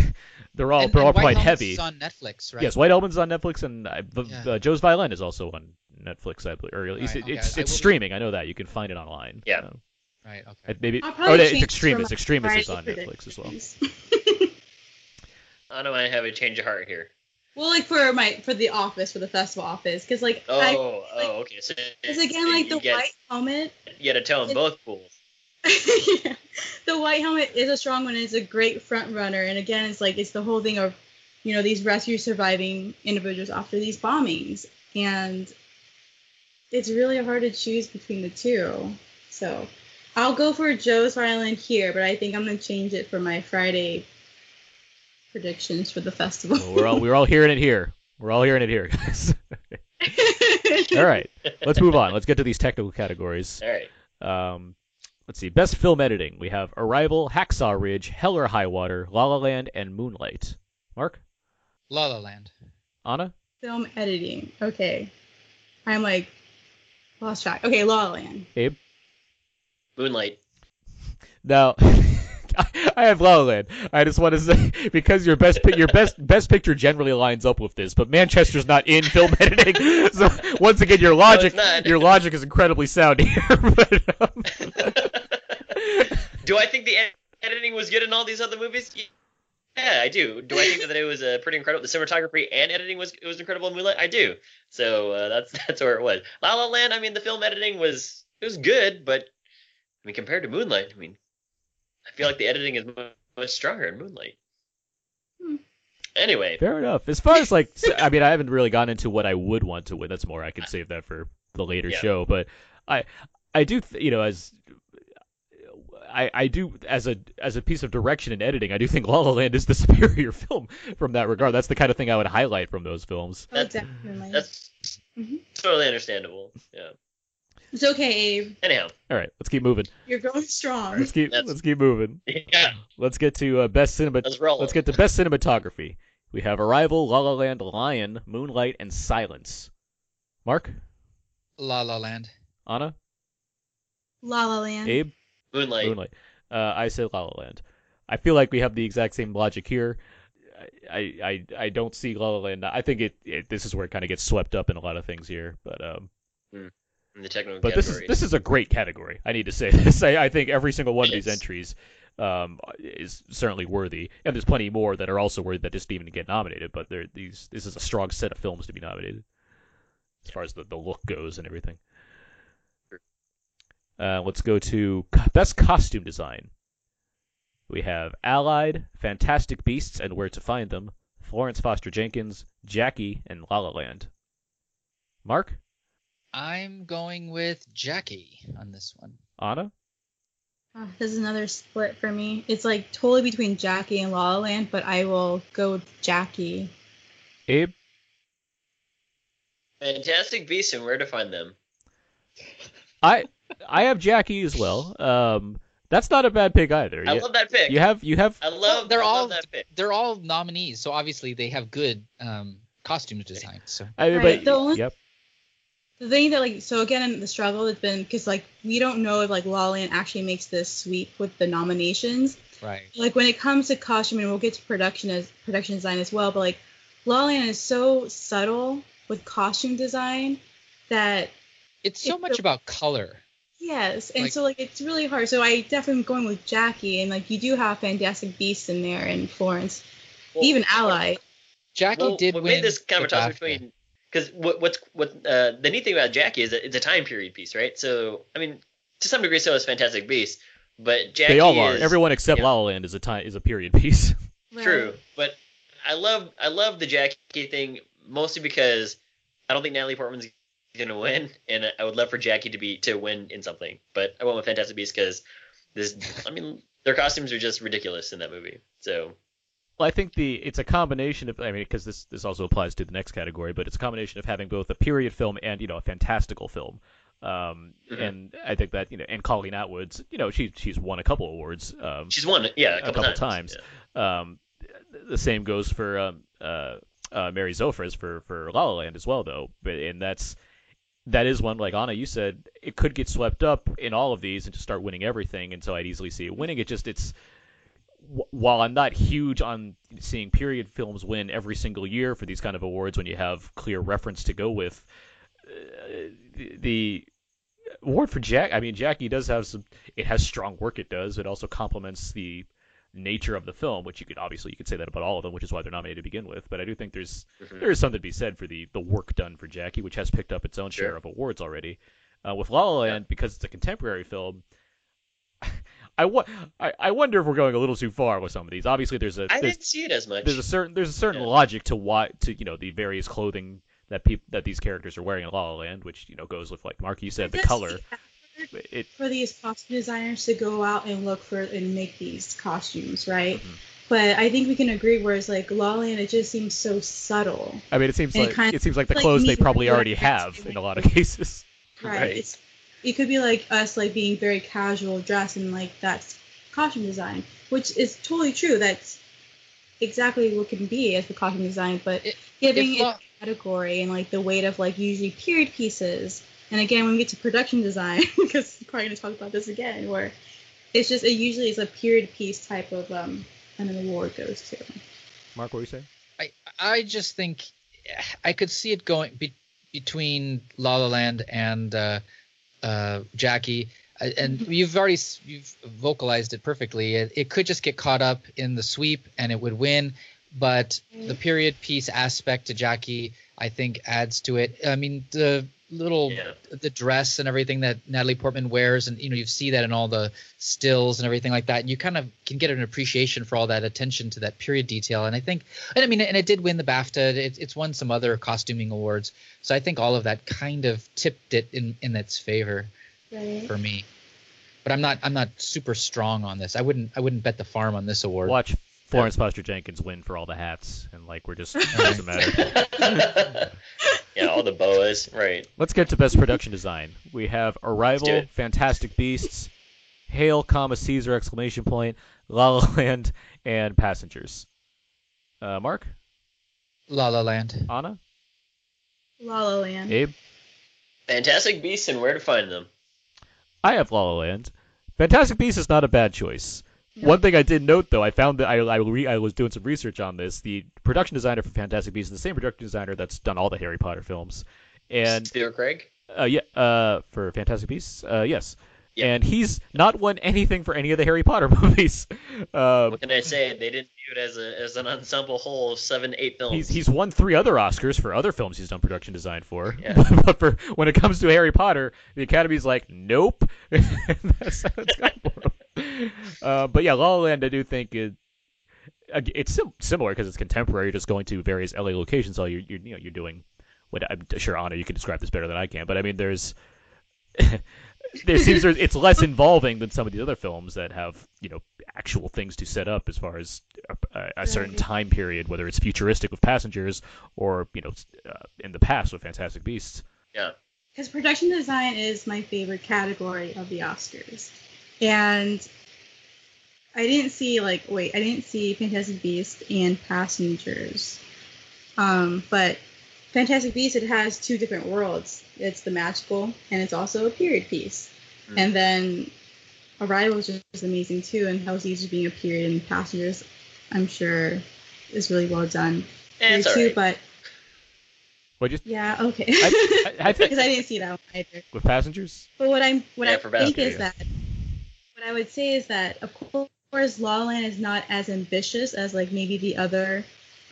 they're all And- they're and Oh, all White quite Helmets heavy. Is on Netflix, right? Yes, White Elm's on Netflix, and uh, v- Yeah. uh, Joe's Violin is also on Netflix, I believe. Or at least it- Right, okay. it's I it's will- streaming. I know that you can find it online. Yeah. Um, Right. Okay. and maybe. I'll Oh, probably it's change Extremist. from Extremist is variety on Netflix as predictions. well. I don't want to have a change of heart here. <laughs> well, like for my for the office for the festival office, because like Oh, I oh, okay. So because so again like you the get, white helmet, you got to tell them both pools. <laughs> Yeah. the white helmet is a strong one. and It's a great front runner, and again, it's like it's the whole thing of you know these rescue surviving individuals after these bombings, and it's really hard to choose between the two. So I'll go for Joe's Violin here, but I think I'm gonna change it for my Friday predictions for the festival. Well, we're all we're all hearing it here. We're all hearing it here, <laughs> guys. all right, let's move on. Let's get to these technical categories. All right. Um, let's see. Best film editing. We have Arrival, Hacksaw Ridge, Hell or High Water, La La Land, and Moonlight. Mark, La La Land. Anna, <laughs> Film editing. Okay, I'm like lost track. Okay, La La Land. Abe. Moonlight. <laughs> Now, <laughs> I have La La Land. I just want to say <laughs> because your best pi- your best best picture generally lines up with this, but Manchester's not in film <laughs> editing. So once again, your logic not. your logic is incredibly sound here. <laughs> but, um, Do I think the ed- editing was good in all these other movies? Yeah, I do. Do I think that it was uh, pretty incredible? The cinematography and editing was it was incredible in Moonlight. I do. So uh, that's <laughs> that's where it was. La La Land. I mean, the film editing was it was good, but I mean, compared to Moonlight, I mean, I feel like the editing is mu- much stronger in Moonlight. Hmm. Anyway, Fair enough. As far as like, s- I mean, I haven't really gone into what I would want to win. That's more I can save that for the later Yeah. show. But I, I do, th- you know, as I, I do as a as a piece of direction and editing, I do think La La Land is the <laughs> superior film from that regard. That's the kind of thing I would highlight from those films. Oh, That's- definitely. that's Mhm. totally understandable. Yeah. It's okay, Abe. Anyhow. <laughs> All right, let's keep moving. You're going strong. Let's keep That's- let's keep moving. Yeah. Let's get to uh, best cinema. Let's roll. Let's get to best cinematography. We have Arrival, La La Land, Lion, Moonlight, and Silence. Mark, La La Land. Anna, La La Land. Abe. Moonlight. Moonlight. Uh, I say La La Land. I feel like we have the exact same logic here. I I, I don't see La La Land. I think it, it this is where it kind of gets swept up in a lot of things here. But um, In the technical but this is categories. this is a great category. I need to say <laughs> this. I, I think every single one of these Yes. entries um is certainly worthy, and there's plenty more that are also worthy that just didn't even get nominated. But there these this is a strong set of films to be nominated as far as the, the look goes and everything. Uh, let's go to co- best costume design. We have Allied, Fantastic Beasts and Where to Find Them, Florence Foster Jenkins, Jackie, and La La Land. Mark, I'm going with Jackie on this one. Anna? Oh, this is another split for me. It's like totally between Jackie and La La Land, but I will go with Jackie. Abe? Fantastic Beasts and Where to Find Them. I I have Jackie as well. Um, that's not a bad pick either. I You, love that pick. you have you have I love. Well, they're I love all- that pick. They're all nominees, so obviously they have good um, costume design. So I mean, Right, but, the only- yep. The thing that like so again the struggle has been because like we don't know if like La La Land actually makes this sweep with the nominations. right. Like when it comes to costume, and we'll get to production as production design as well, but like La La Land is so subtle with costume design that It's so It's much so- about color. Yes, and Like- so like it's really hard. So I definitely am going with Jackie, and like you do have Fantastic Beasts in there and Florence, Well, even Ally. Jackie well, did what win. made this kind of a the toss BAFTA. between because what, what's what uh, the neat thing about Jackie is that it's a time period piece, right? So I mean, to some degree, so is Fantastic Beasts, but Jackie They all are. is Everyone except yeah. La La Land is a time is a period <laughs> piece. true. But I love I love the Jackie thing mostly because I don't think Natalie Portman's gonna win, and I would love for Jackie to be to win in something. But I went with Fantastic Beasts because this I mean their costumes are just ridiculous in that movie. So Well, I think the it's a combination of I mean because this this also applies to the next category, but it's a combination of having both a period film and you know a fantastical film. Um, Mhm. and I think that you know and Colleen Atwood's you know she she's won a couple awards. Um, she's won yeah a couple, couple times. Yeah. um, th- the same goes for um, uh, uh, Mary Zofres for for La La Land as well, though. But and that's that is one like Anna, you said it could get swept up in all of these and just start winning everything, and so I'd easily see it winning. It just it's wh- while I'm not huge on seeing period films win every single year for these kind of awards when you have clear reference to go with, uh, the- the award for Jack, I mean Jackie does have some. It has strong work. It does. It also complements the nature of the film, which you could obviously you could say that about all of them, which is why they're nominated to begin with. But I do think there's Mhm. there is something to be said for the the work done for Jackie, which has picked up its own share Sure. of awards already. Uh, with La La Land, because it's a contemporary film, <laughs> I, wa- I I wonder if we're going a little too far with some of these. Obviously, there's a I there's, didn't see it as much. there's a <laughs> certain there's a certain Yeah. logic to why to you know the various clothing that people that these characters are wearing in La La Land, which you know goes with like Mark, you said the That's color. It for these costume designers to go out and look for and make these costumes, right? Mhm. But I think we can agree. Whereas like La La Land, it just seems so subtle, I mean it seems And it like kind it seems like the like clothes they needs to probably be, like, already have fixed in a and, lot of like, cases. right? Right. It's it could be like us like being very casual dress and like that's costume design, which is totally true. That's exactly what can be as the costume design, but If- giving If it La- category and like the weight of like usually period pieces. And again, when we get to production design, <laughs> because we're probably gonna talk about this again, where it's just it usually is a period piece type of um and an award goes to. Mark, what were you saying? I I just think I could see it going be, between La La Land and uh, uh, Jackie, Uh, and Mhm. you've already s- you've vocalized it perfectly. It, it could just get caught up in the sweep, and it would win. But the period piece aspect to Jackie, I think, adds to it. I mean, the little Yeah. the dress and everything that Natalie Portman wears, and you know, you see that in all the stills and everything like that. You kind of can get an appreciation for all that attention to that period detail. And I think, and I mean, and it did win the BAFTA. It, it's won some other costuming awards, so I think all of that kind of tipped it in in its favor Right. for me. But I'm not I'm not super strong on this. I wouldn't I wouldn't bet the farm on this award. Watch Florence Foster Jenkins win for all the hats, and like we're just it doesn't matter. <laughs> yeah, all the boas, right? <laughs> Let's get to best production design. We have do Arrival, it. Fantastic Beasts, Hail, comma Caesar exclamation point, La La Land, and Passengers. Uh, Mark, La La Land. Anna, La La Land. Abe. Fantastic Beasts and Where to Find Them. I have La La Land. Fantastic Beasts is not a bad choice. One thing I did note, though, I found that I, I, re, I was doing some research on this. The production designer for Fantastic Beasts is the same production designer that's done all the Harry Potter films, and Theo Craig. uh, yeah, uh, for Fantastic Beasts, uh, yes, Yeah. and he's not won anything for any of the Harry Potter <laughs> movies. Um, What can I say? They didn't do it as a as an ensemble whole of seven, eight films. He's, he's won three other Oscars for other films he's done production design for. Yeah. <laughs> but for when it comes to Harry Potter, the Academy's like, nope. <laughs> That's how it's gone for <laughs> him. Uh, but yeah, La La Land, I do think it, ag- it's sim- similar because it's contemporary, just going to various LA locations. All you're, you're you know you're doing what I'm sure Anna, you can describe this better than I can, but I mean, there's there seems there's, it's less involving than some of the other films that have you know actual things to set up as far as a, a, a certain Right. time period, whether it's futuristic with Passengers or you know s- uh, in the past with Fantastic Beasts. Because production design is my favorite category of the Oscars. And I didn't see, like, wait, I didn't see Fantastic Beast and Passengers. Um, but Fantastic Beast, it has two different worlds it's the magical, and it's also a period piece. Mm. And then Arrival is just amazing, too, and Halsey's just being a period, and Passengers, I'm sure, is really well done. Eh, it's there, alright. But What you yeah, okay. I, <laughs> Because I, I think I didn't see that one either. with Passengers. But what I'm what Yeah, I for think basket, is that what I would say is that of course La La Land is not as ambitious as like maybe the other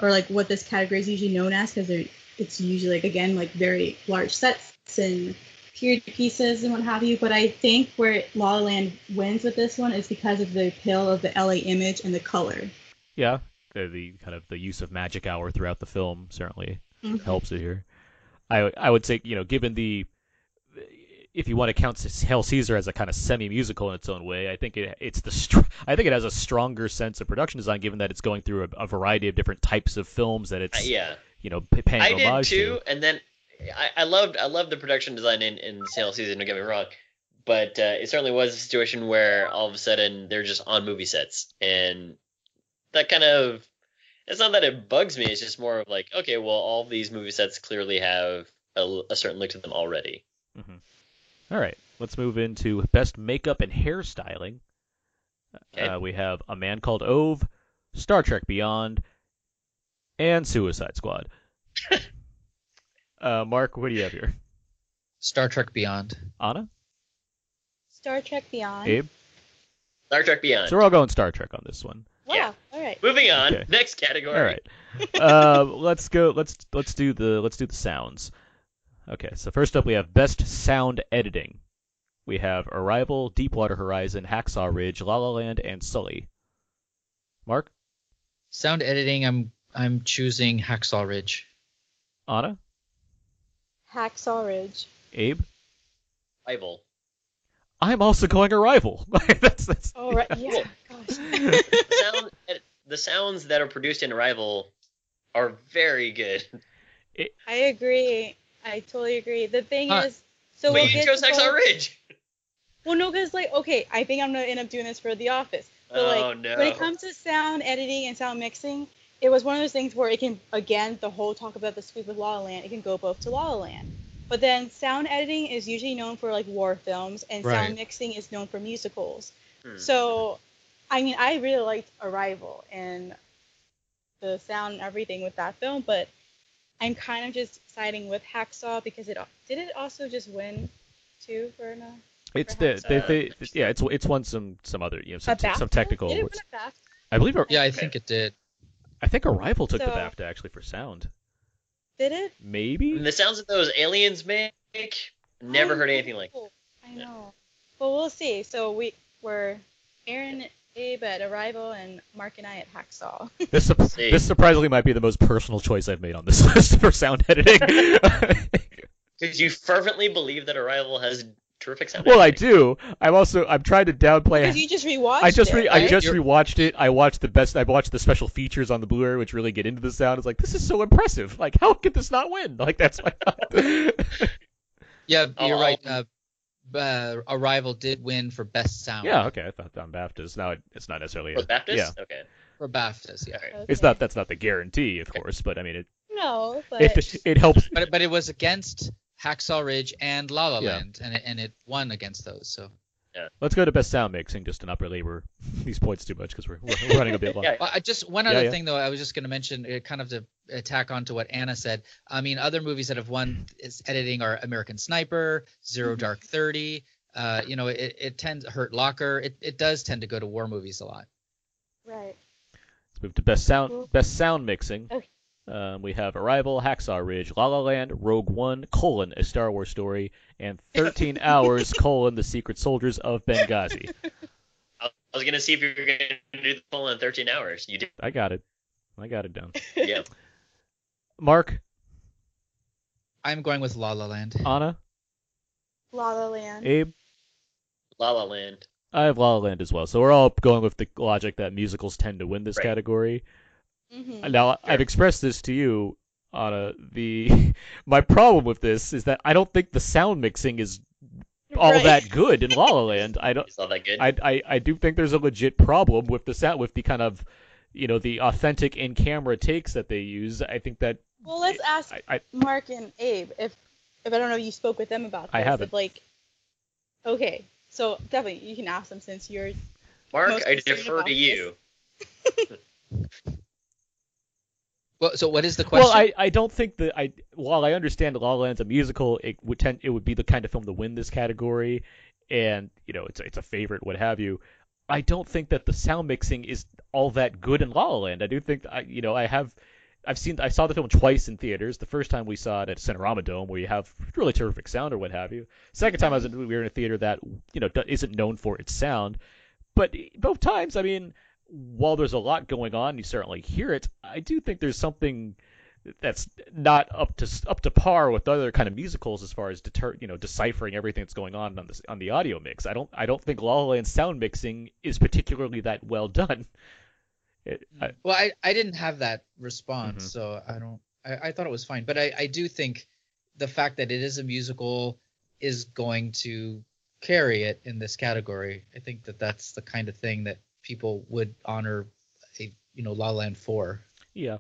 or like what this category is usually known as because they're it's usually like again like very large sets and period pieces and what have you. But I think where La La Land wins with this one is because of the appeal of the LA image and the color. Yeah, the, the kind of the use of magic hour throughout the film certainly Mm-hmm. Mhm. helps it here. I I would say you know given the if you want to count Hail Caesar as a kind of semi musical in its own way, I think it it's the str- I think it has a stronger sense of production design given that it's going through a, a variety of different types of films that Uh, it's yeah. you know p- paying I did homage too, and then I, I loved I loved the production design in in Sail Season. Don't get me wrong, but uh, it certainly was a situation where all of a sudden they're just on movie sets, and that kind of it's not that it bugs me. It's just more of like, okay, well, all these movie sets clearly have a, a certain look to them already. to. hmm All right, let's move into best makeup and hairstyling. Okay. Uh, we have A Man Called Ove, Star Trek Beyond, and Suicide Squad. uh, Mark, what do you have here? Star Trek Beyond. Anna? Star Trek Beyond. Abe? Star Trek Beyond. So we're all going Star Trek on this one. Wow. Yeah. All right. Moving on, Okay. next category. All right. Uh, <laughs> let's go. Let's let's do the let's do the sounds. Okay. So first up, we have best sound editing. We have Arrival, Deepwater Horizon, Hacksaw Ridge, La La Land, and Sully. Mark, Sound editing. I'm I'm choosing Hacksaw Ridge. Anna, Hacksaw Ridge. Abe. Rival. I'm also going Arrival. <laughs> that's that's. <laughs> Oh right. Yeah. Gosh. The, sound, <laughs> the sounds that are produced in Arrival are very good. I agree. I totally agree. The thing Huh. is, so but we'll you get chose to Hacksaw both- Ridge. Well, no, because like, okay, I think I'm gonna end up doing this for The Office. But like, oh no. when it comes to sound editing and sound mixing, it was one of those things where it can, again, the whole talk about the sweep with La La Land, it can go both to La La Land. But then sound editing is usually known for like war films, and Right. sound mixing is known for musicals. Hmm. So, I mean, I really liked Arrival and the sound and everything with that film, but I'm kind of just siding with Hacksaw because it did it also just win two Oh, for uh, no It's the, Perhaps, they, uh, they, yeah, it's it's won some some other you know a some, BAFTA? some technical. Did it win awards. a BAFTA? I believe a- Yeah, I Okay. think it did. I think Arrival took the So- BAFTA actually for sound. Did it? Maybe. And the sounds that those aliens make, never I heard know. anything like. I know. Well, we'll see. So we were Aaron, Abe at Arrival, and Mark and I at Hacksaw. This sup- See. this surprisingly might be the most personal choice I've made on this <laughs> list for sound editing. <laughs> Because you fervently believe that Arrival has terrific sound. well, I editing. do. I'm also I'm trying to downplay. Because you just rewatched I just it, re- I right? just You're- rewatched it. I watched the best. I watched the special features on the Blu-ray, which really get into the sound. It's like this is so impressive. Like how could this not win? Like that's my. <laughs> Yeah, Oh, you're oh. right. Uh, uh, Arrival did win for best sound. yeah. Okay. I thought on BAFTAs. Now it, it's not necessarily. For A, Oh, Baptist? Yeah. Okay. For BAFTAs, yeah. Alright. It's Okay. not. That's not the guarantee, of course. But I mean, it No, but it, <laughs> it helps. But but it was against Hacksaw Ridge and La La Yeah. Land, and it, and it won against those. So Let's go to best sound mixing, just to not belabor <laughs> these points too much because we're, we're we're running a bit long. Yeah. Well, I just one Yeah, other yeah. thing though, I was just going to mention, uh, kind of to attack onto what Anna said. I mean, other movies that have won is editing are American Sniper, 0 Mm-hmm. Mhm. Dark Thirty. Uh, you know, it, it tends Hurt Locker. It, it does tend to go to war movies a lot. right. Let's move to best sound Cool. best sound mixing. Okay. Um, we have Arrival, Hacksaw Ridge, La La Land, Rogue One, colon A Star Wars Story, and <laughs> 13 Hours colon The Secret Soldiers of Benghazi. I was gonna see if you were gonna do the poll in 13 hours. You did. I got it. I got it down. Yeah. Mark, I'm going with La La Land. Anna, La La Um, Land. Abe, La La Land. I have La La Land as well. So we're all going with the logic that musicals tend to win this Right. category. Mm-hmm. hmm Now I've expressed this to you, Anna. The <laughs> my problem with this is that I don't think the sound mixing is all Right. that good in La La Land. I <laughs> don't. It's not that good. I, I I do think there's a legit problem with the sound with the kind of you know the authentic in camera takes that they use. I think that Well, let's ask I, I Mark and Abe if if I don't know if you spoke with them about this. I haven't. If, like, okay, so definitely you can ask them since you're. Mark, most I concerned defer about to you. Well, so what is the question? well I, I don't think that I while I understand La La Land's a musical it would tend it would be the kind of film to win this category and you know it's a- it's a favorite what have you. I don't think that the sound mixing is all that good in La La Land. I do think I you know I have I've seen I saw the film twice in theaters. The first time we saw it at Cinerama Dome, where you have really terrific sound or what have you. Second time I was in, we were in a theater that you know do- isn't known for its sound, but both times I mean, while there's a lot going on, you certainly hear it. I do think there's something that's not up to s- up to par with other kind of musicals as far as deter you know deciphering everything that's going on on the s- on the audio mix. I don't I don't think La La Land sound mixing is particularly that well done. It, Mm. I, well, I, I didn't have that response, Mhm. so I don't. I, I thought it was fine, but I, I do think the fact that it is a musical is going to carry it in this category. I think that that's the kind of thing that people would honor, a, you know, La La Land for. yeah,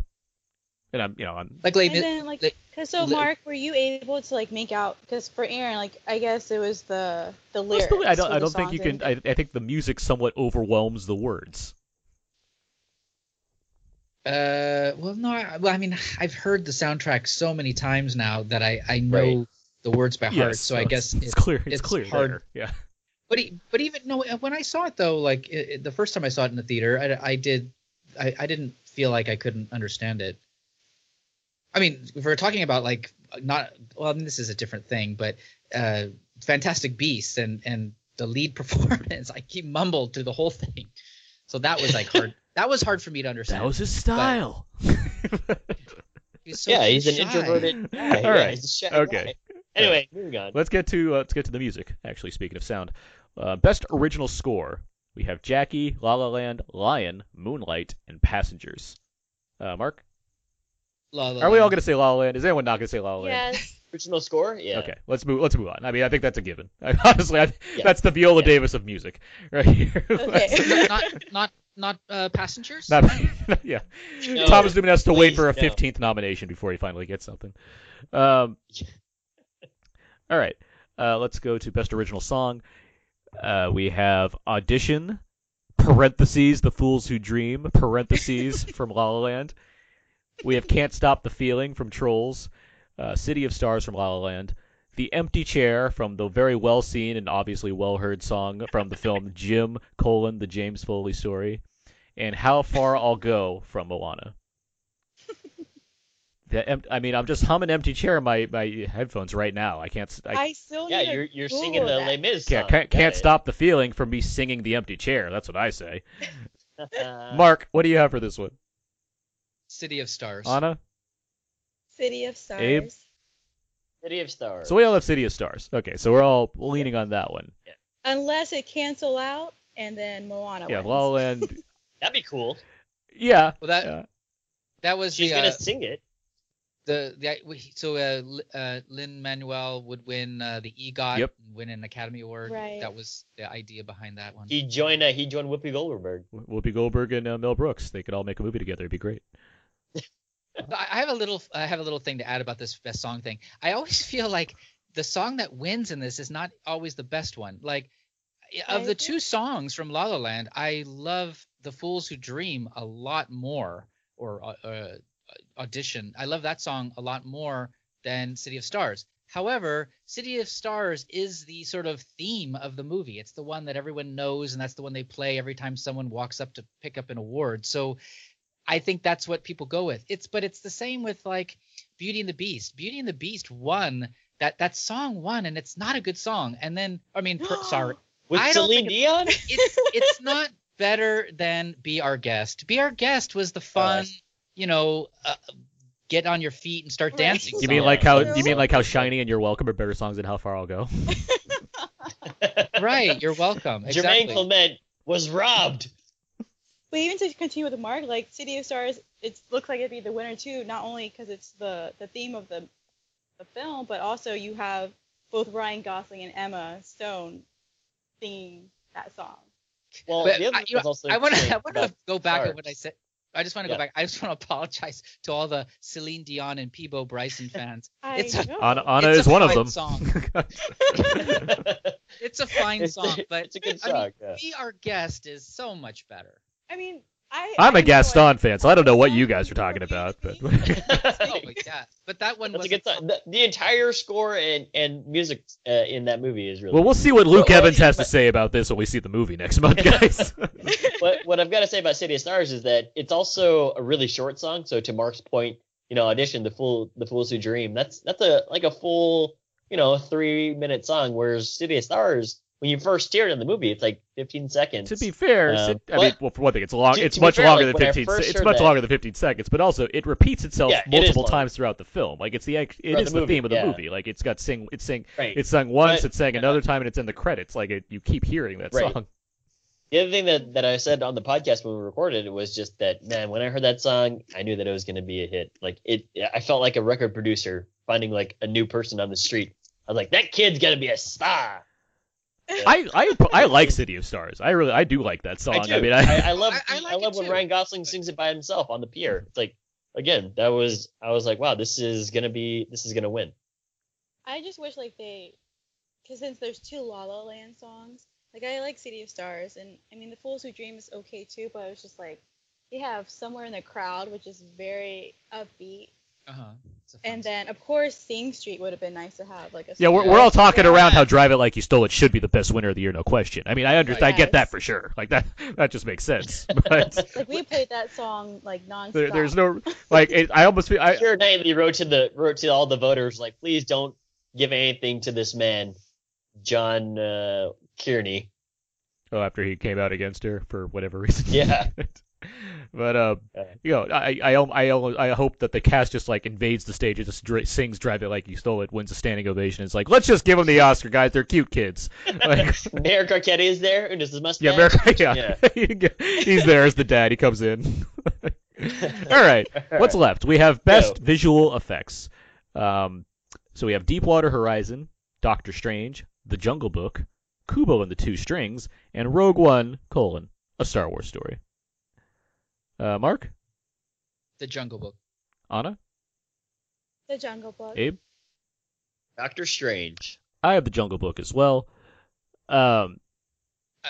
and I'm you know I'm Like, like And then like, like- cause so li- Mark, were you able to like make out? Cause for Aaron, like I guess it was the the Well, lyrics. it's the way- I don't. for the I don't think songs you and- can. I, I think the music somewhat overwhelms the words. Uh, well, no, I, well, I mean, I've heard the soundtrack so many times now that I I know Right. the words by heart, Yes, so I guess it's, it, clear. It's, it's clear. hard. there, Yeah. But e- but even no, when I saw it though, like it, it- the first time I saw it in the theater, I, I did I, I didn't feel like I couldn't understand it. I mean, if we're talking about like not well, I mean, this is a different thing, but uh, Fantastic Beasts and and the lead <laughs> performance, I keep mumbled through the whole thing, so that was like <laughs> hard. that was hard for me to understand. That was his style. He was so yeah, he's an shy. introverted. Guy. All yeah, right. he's a shy Okay. guy. Anyway, moving on. Let's get to uh, let's get to the music. Actually, speaking of sound, uh, best original score. We have Jackie, La La Land, Lion, Moonlight, and Passengers. Uh, Mark, La La are we all um, Land. gonna say La La Land? Is anyone not gonna say La La Land? Yes. <laughs> Original score? Yeah. Okay, let's move. Let's move on. I mean, I think that's a given. <laughs> I, honestly, I, Yeah. that's the Viola Yeah. Davis of music, <laughs> right here. Okay. not not not uh, passengers? <laughs> Not, yeah. No, Thomas Newman has to wait please, for a no. 15th nomination before he finally gets something. <laughs> Um, all right. Uh, let's go to Best Original Song. Uh, we have Audition, parentheses, The Fools Who Dream, <laughs> parentheses, from La La Land. We have Can't Stop the Feeling from Trolls, uh, City of Stars from La La Land, The Empty Chair from the very well seen and obviously well heard song from the film Jim, colon, The James Foley Story, and How Far I'll Go from Moana. The em- I mean, I'm just humming Empty Chair in my, my headphones right now. I can't. s- <laughs> I, I still Yeah, need to you're you're Google singing the that. Les Mis yeah, song. can't, can't Yeah. stop the feeling from me singing The Empty Chair. That's what I say. Uh, Mark, what do you have for this one? City of Stars. Anna? City of Stars. Abe? City of Stars. So we all have City of Stars. Okay, so we're all leaning on that one. Unless it cancel out and then Moana. Yeah, wins. La <gasps> La Land. That'd be cool. Yeah. Well, that yeah. that was She's the, gonna uh, sing it. the the I- we- so uh, L- uh Lin Manuel would win uh, the EGOT, Yep. win an Academy Award. Right. That was the idea behind that one. He joined. Uh, he joined Whoopi Goldberg. Whoopi Goldberg and uh, Mel Brooks. They could all make a movie together. It'd be great. But I I have a little I have a little thing to add about this best song thing. I always <laughs> feel like the song that wins in this is not always the best one. Like I of the agree. two songs from La La Land, I love The Fools Who Dream a lot more, or uh, uh, Audition. I love that song a lot more than City of Stars. However, City of Stars is the sort of theme of the movie. It's the one that everyone knows, and that's the one they play every time someone walks up to pick up an award. So I think that's what people go with. It's but it's the same with like Beauty and the Beast. Beauty and the Beast won that that song won, and it's not a good song. And then I mean, <gasps> per, sorry, With I don't Celine think <laughs> Dion? it's it's not better than Be Our Guest. Be Our Guest was the fun, see. you know, uh, get on your feet and start Right. dancing. You You mean Yeah. like how Yeah. you mean like how Shiny and You're Welcome are better songs than How Far I'll Go? right? You're <laughs> welcome. Jermaine Exactly. Clement was robbed. But even to continue with Mark, like City of Stars, it looks like it'd be the winner too. Not only because it's the the theme of the the film, but also you have both Ryan Gosling and Emma Stone singing that song. Well, But the other I- thing you know, was also I want to. interesting I want to about go back stars. at what I said. I just want to Yeah. go back. I just want to <laughs> apologize to all the Celine Dion and <laughs> Peebo Bryson fans. I It's <laughs> a- know. Anna, Anna It's is a one of fine them. <laughs> song. <laughs> It's a fine it's, song, but it's a good I mean, song. <laughs> yeah. Be Our Guest is so much <laughs> better. I mean, I I'm I a know I- Gaston fan, so I don't know what you guys are talking about, but <laughs> <laughs> Oh but yeah, but that one That's was a good song. The, the entire score and and music uh, in that movie is really. well, we'll see what Luke Well, Evans well, has to say about this when we see the movie next month, guys. what what I've got to say about City of Stars is that it's also a really short song. So to Mark's point, you know, audition the fool the fools who dream. That's that's a like a full you know three minute song. Whereas City of Stars, when you first hear it in the movie, it's like 15 <laughs> seconds. to be fair, Uh, Sid- I but- mean, well, for one thing, it's long. To- it's to be much fair, longer like, than when I 15. first It's heard much that- longer than 15 seconds, but also it repeats itself Yeah, it is multiple long. times throughout the film. Like it's the act- it Throughout is the the, movie, theme of the yeah. movie. Like it's got sing. It's sing. right. It's sung once. But- it's sang another time, and it's in the credits. Like it, you keep hearing that Right. song. The other thing that, that I said on the podcast when we recorded it was just that man, when I heard that song, I knew that it was going to be a hit. Like it, I felt like a record producer finding like a new person on the street. I was like, that kid's going to be a star. I, I I like City of Stars. I really I do like that song. I, do. mean, <laughs> I, I love I- I, I like love it when too. Ryan Gosling sings it by himself on the pier. It's like again, that was I was like, wow, this is gonna be this is gonna win. I just wish like they, because since there's two La La Land songs, like I like City of Stars, and I mean The Fools Who Dream is okay too, but I was just like, you have Somewhere in the Crowd, which is very upbeat, Uh-huh. It's a fun and song. then of course Sing Street would have been nice to have like a. Yeah, we're, song. we're all talking Yeah. around how "Drive It Like You Stole It" should be the best winner of the year, no question. I mean, I Oh, understand, I get Yes. that for sure. Like that, <laughs> that just makes <laughs> sense. <laughs> But like we played that song like nonstop. there, there's no like, it, I almost feel, I, Keira Knightley wrote to the wrote to all the voters like, please don't give anything to this man, John uh, Kearney. <laughs> oh, after he came out against her for whatever reason. Yeah. <laughs> but um, Yeah. you know, I I al- I, al- I hope that the cast just like invades the stage and just dr- sings "Drive It Like You Stole It," wins a standing ovation. It's like let's just give them the Oscar, guys. They're cute kids. Like, <laughs> Mayor Carcetti is there, and does his mustache. Yeah, America, <laughs> yeah. He's there as the dad. He comes in. <laughs> All right. <laughs> What's left? We have best Yo. visual effects. Um, so we have Deepwater Horizon, Doctor Strange, The Jungle Book, Kubo and the Two Strings, and Rogue One: colon, A Star Wars Story. Uh, Mark, The Jungle Book. Anna, the Jungle Book. Abe. Doctor Strange. I have The Jungle Book as well. Um,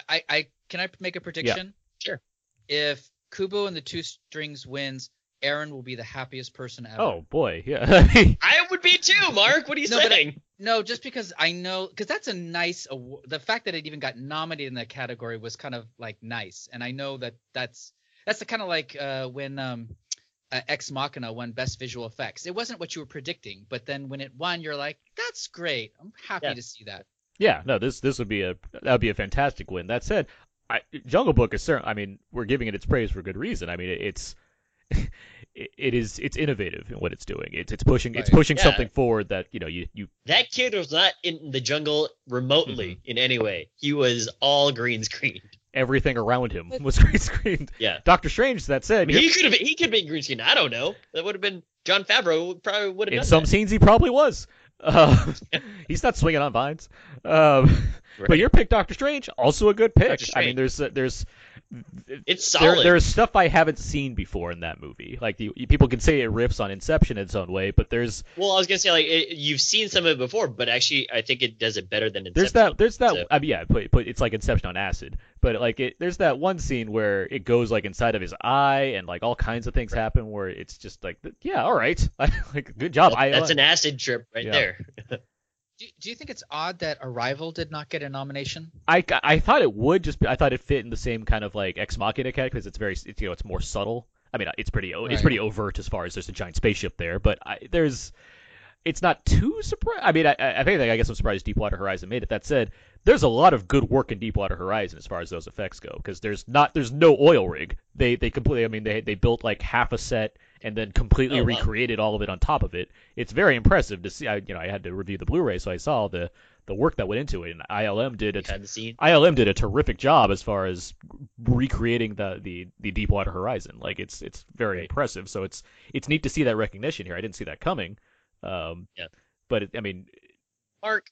I, I can I make a prediction? Sure. If Kubo and the Two Strings wins, Aaron will be the happiest person ever. oh boy, yeah. <laughs> I would be too, Mark. What are you No, but I- saying? No, just because I know, because that's a nice. awa- The fact that it even got nominated in that category was kind of like nice, and I know that that's that's the kind of like uh, when um, uh, Ex Machina won Best Visual Effects. It wasn't what you were predicting, but then when it won, you're like, that's great. I'm happy Yeah. to see that. Yeah, no, this this would be a that would be a fantastic win. That said, I, Jungle Book is certain. I mean, we're giving it its praise for good reason. I mean, it, it's <laughs> it, it is it's innovative in what it's doing. It's it's pushing it's Right. pushing Yeah. something forward that you know you you That kid was not in the jungle remotely Mm-hmm. in any way. He was all green screen. <laughs> everything around him But- was <laughs> green screened. Yeah. Doctor Strange. That I said, mean, you're- he could have he could have been green screen. I don't know. That would have been John Favreau probably would have in done some that. scenes he probably was. <laughs> <laughs> Uh, he's not swinging on vines. Um, <laughs> But Right. your pick, Doctor Strange, also a good pick. Doctor I mean, there's Strange. there's it's there, solid. there's stuff I haven't seen before in that movie. Like the, people can say it riffs on Inception in its own way, but there's Well, I was gonna say like it, you've seen some of it before, but actually I think it does it better than Inception. there's that there's that So- I mean, yeah, but, but it's like Inception on acid. But like it, there's that one scene where it goes like inside of his eye and like all kinds of things happen where it's just like th- yeah, all right, <laughs> like good job. I, That's an acid trip right Yeah. there. Do, do you think it's odd that Arrival did not get a nomination? I, I thought it would just be, I thought it fit in the same kind of like ex machina category because it's very it's, you know it's more subtle. I mean it's pretty o it's Right. pretty overt as far as there's a giant spaceship there, but I, there's it's not too surprised. I mean I, I, if anything I guess I'm surprised Deepwater Horizon made it. That said, there's a lot of good work in Deepwater Horizon as far as those effects go because there's not there's no oil rig. They they completely I mean they they built like half a set and then completely Oh, wow. recreated all of it on top of it. It's very impressive to see. I, you know, I had to review the Blu-ray, so I saw the the work that went into it, and ILM did a behind the scene. ILM did a terrific job as far as recreating the the, the Deepwater Horizon. Like it's it's very Right. impressive. So it's it's neat to see that recognition here. I didn't see that coming. Um, Yeah. But it, I mean, Mark,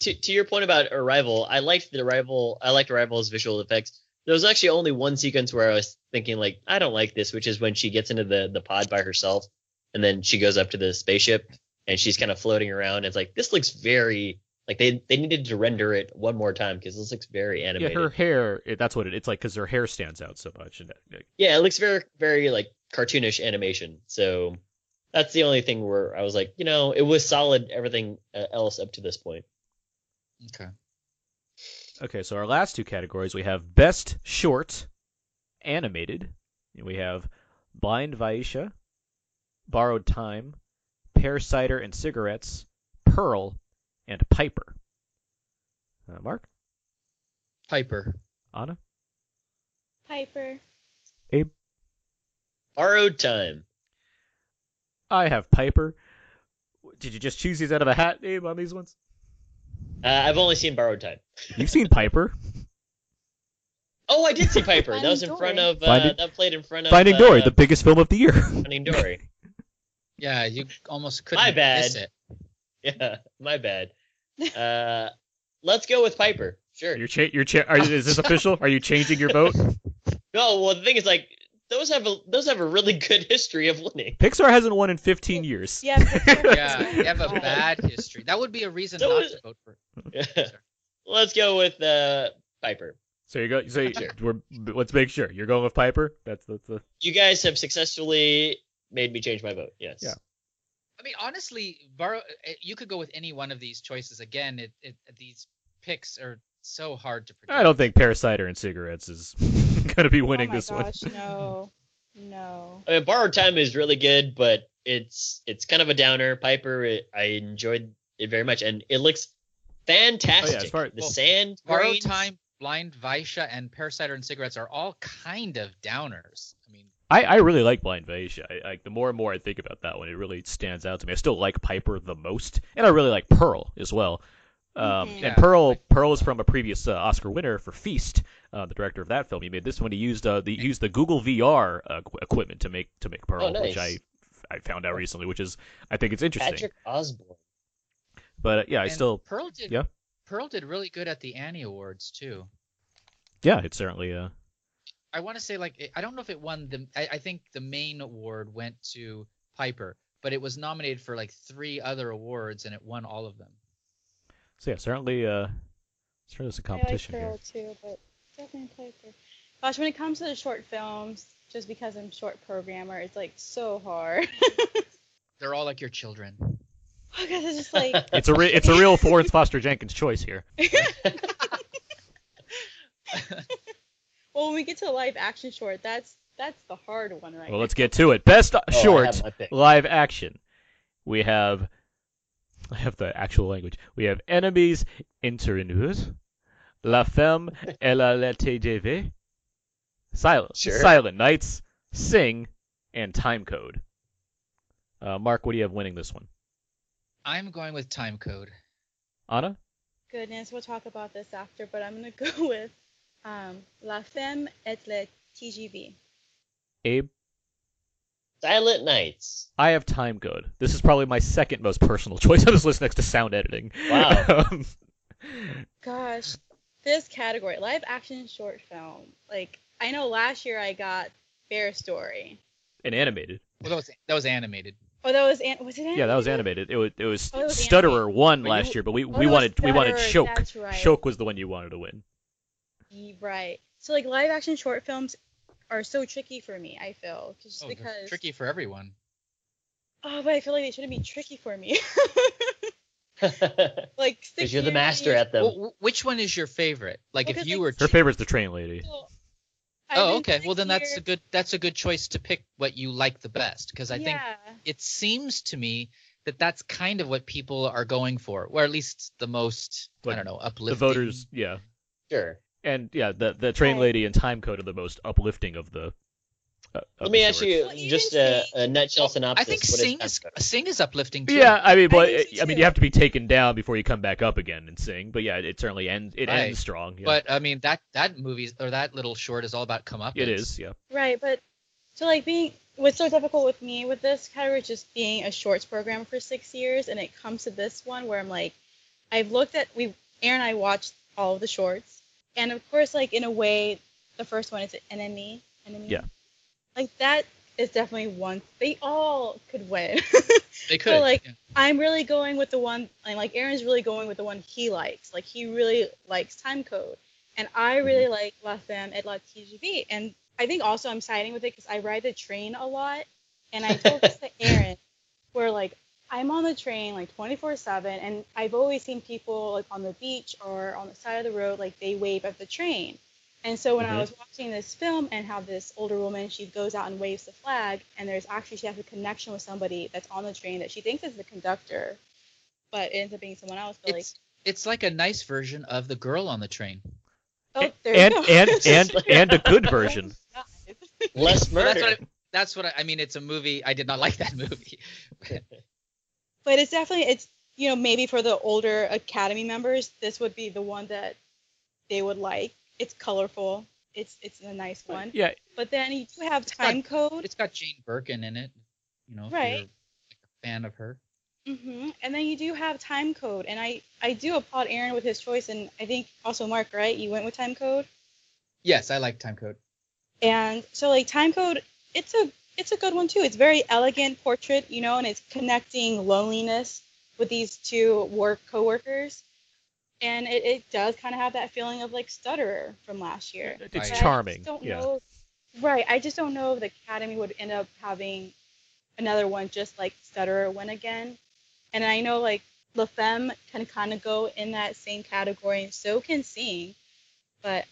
to, to your point about Arrival, I liked the Arrival. I liked Arrival's visual effects. There was actually only one sequence where I was thinking like, I don't like this, which is when she gets into the the pod by herself, and then she goes up to the spaceship, and she's kind of floating around. And it's like this looks very like they they needed to render it one more time because this looks very yeah, animated. her hair. It, that's what it, it's like because her hair stands out so much. And uh, Yeah, it looks very very like cartoonish animation. So that's the only thing where I was like, you know, it was solid everything uh, else up to this point. Okay. Okay, so our last two categories we have best short animated. And we have Blind Vaisha, Borrowed Time, Pear Cider and Cigarettes, Pearl, and Piper. Uh, Mark, Piper. Anna, Piper. Borrowed time. I have Piper. Did you just choose these out of a hat, Abe, on these ones? Uh, I've only seen borrowed time. You've seen Piper. <laughs> Oh, I did see Piper. that was in Finding front Dory. of uh, Finding- that played in front of Finding uh, Dory, the biggest film of the year. Finding Dory. Yeah, you almost couldn't My bad. miss it. yeah, my <laughs> bad. Uh, let's go with Piper. Sure. <laughs> You're cha- you're cha- are, is this official? Are you changing your vote? No, well the thing is like those have a those have a really <laughs> good history of winning. <laughs> <laughs> Pixar hasn't won in 15 years. Yeah. <laughs> <laughs> Piper. Yeah, you Oh have a <laughs> bad history. That would be a reason So not is- to vote for. let's go with uh, Piper. So you go. So you- Sure. we're b- let's make sure you're going with Piper. That's that's the. You guys have successfully made me change my vote. Yes. Yeah. I mean, honestly, borrow. eh, You could go with any one of these choices. Again, it, it these picks are so hard to predict. I don't think Parasiter and cigarettes is <laughs> gonna be oh winning my this gosh, one. no, no. I mean, Borrowed Time is really good, but it's it's kind of a downer. Piper, it, I enjoyed it very much, and it looks fantastic. Oh, far- the well, sand, Borrow grains. time, blind Vaisha, and parasiter and cigarettes are all kind of downers. I mean, I, I really like Blind Vaisha. I, I, the more and more I think about that one, it really stands out to me. I still like Piper the most, and I really like Pearl as well. Um, Mhm. And Yeah. Pearl, Pearl is from a previous uh, Oscar winner for Feast, uh, the director of that film. He made this one. He used uh, the he used the Google VR uh, equ- equipment to make to make Pearl, Oh, which I nice. I found out recently, which is I think it's interesting. Patrick Osborne. Oh, But uh, yeah, I and still Pearl did. yeah. Pearl did really good at the Annie Awards too. yeah, it's certainly uh, I want to say like it- I don't know if it won the. I, I think the main award went to Piper, but it was nominated for like three other awards and it won all of them. So yeah, certainly, uh, certainly there's a competition I here. like Pearl too, but definitely Piper. Gosh, when it comes to the short films, just because I'm short programmer, it's like so hard. <laughs> They're all like your children. Because it's <laughs> just like It's a re- it's a real Florence Foster Jenkins choice <laughs> here. Well, when we get to the live action short, that's that's the hard one, right? Well, let's get to it. Best Oh, I short have my pick. live action. We have, <laughs> I have the actual language. We have enemies intervenus, la femme et la lettre de silent, Sure. silent nights, sing, and time code. Uh, Mark, what do you have winning this one? I'm going with time code. Anna, Goodness, we'll talk about this after, but I'm gonna <laughs> go with um, La Femme et le TGV. Abe, Silent Nights. <laughs> I have time code. This is probably my second most personal <laughs> choice on this list, next to sound editing. Wow. <laughs> Um, Gosh, this category, live action short film. Like I know last year I got Bear Story. and animated. Well, that was that was animated. Oh, that was an- was it? Yeah, that was animated? animated. It was it was Oh, it was Stutterer animated. won But last you- year, but we, Oh, we it was wanted we wanted Stutterer, Shoke. that's right. Shoke was the one you wanted to win. Ye- Right. So like live action short films are so tricky for me. I feel just Oh, because because... tricky for everyone. Oh, but I feel like they shouldn't be tricky for me. <laughs> Because like six you're the years master each- at them. Well, w- which one is your favorite? Like, Because, if you like, were. Her to- favorite's the train lady. So, I've oh, been okay. six Well, then that's years- a good that's a good choice to pick what you like the best because I think yeah. it seems to me that that's kind of what people are going for, or at least the most What I don't know The uplifting. voters, yeah, sure. and yeah, the the train Right. lady and time code are the most uplifting of the uh, of Let me the ask shorts. you Well, you just can a, a nutshell synopsis. I think What sing is is sing is uplifting too. Yeah, I mean, but think so, I mean, too. you have to be taken down before you come back up again and sing. But yeah, it certainly ends. It Right. ends strong. Yeah. But I mean that that movie or that little short is all about come up. it is. Yeah. Right, but so like being what's so difficult with me with this category is just being a shorts program for six years, and it comes to this one where I'm like, I've looked at we Aaron and I watched all of the shorts, and of course like in a way the first one is E, enemy enemy. Yeah. Like that is definitely one they all could win. <laughs> They could. like- yeah. I'm really going with the one, and like Aaron's really going with the one he likes. Like he really likes Time Code, and I Mm-hmm. really like La Femme et la TGV. And I think also I'm siding with it because I ride the train a lot, and I <laughs> told this to Aaron, where like I'm on the train like 24/7, and I've always seen people like on the beach or on the side of the road like they wave at the train. And so when Mm-hmm. Mhm. I was watching this film and how this older woman she goes out and waves the flag and there's actually she has a connection with somebody that's on the train that she thinks is the conductor, but it ends up being someone else. But like, It's it's like a nice version of the girl on the train. oh, there And you go. and <laughs> and and a good version. less Well, murder? that's what I, that's what I, I mean. It's a movie. I did not like that <laughs> movie. but it's definitely it's you know maybe for the older academy members this would be the one that they would like. It's colorful. It's it's a nice one. Yeah. But then you do have got- time code. It's got Jane Birkin in it. You know, if Right. you're like a fan of her. hmm And then you do have time code, and I I do applaud Aaron with his choice, and I think also Mark, right? You went with time code, Yes, I like Time Code. and so like time code, it's a it's a good one too. It's very elegant portrait, you know, and it's connecting loneliness with these two work coworkers, and it, it does kind of have that feeling of like stutterer from last year. It's I- But I charming. just don't Yeah. know. Right, I just don't know if the Academy would end up having another one just like Stutterer win again. And I know like La Femme can kind of go in that same category, and so can Sing. But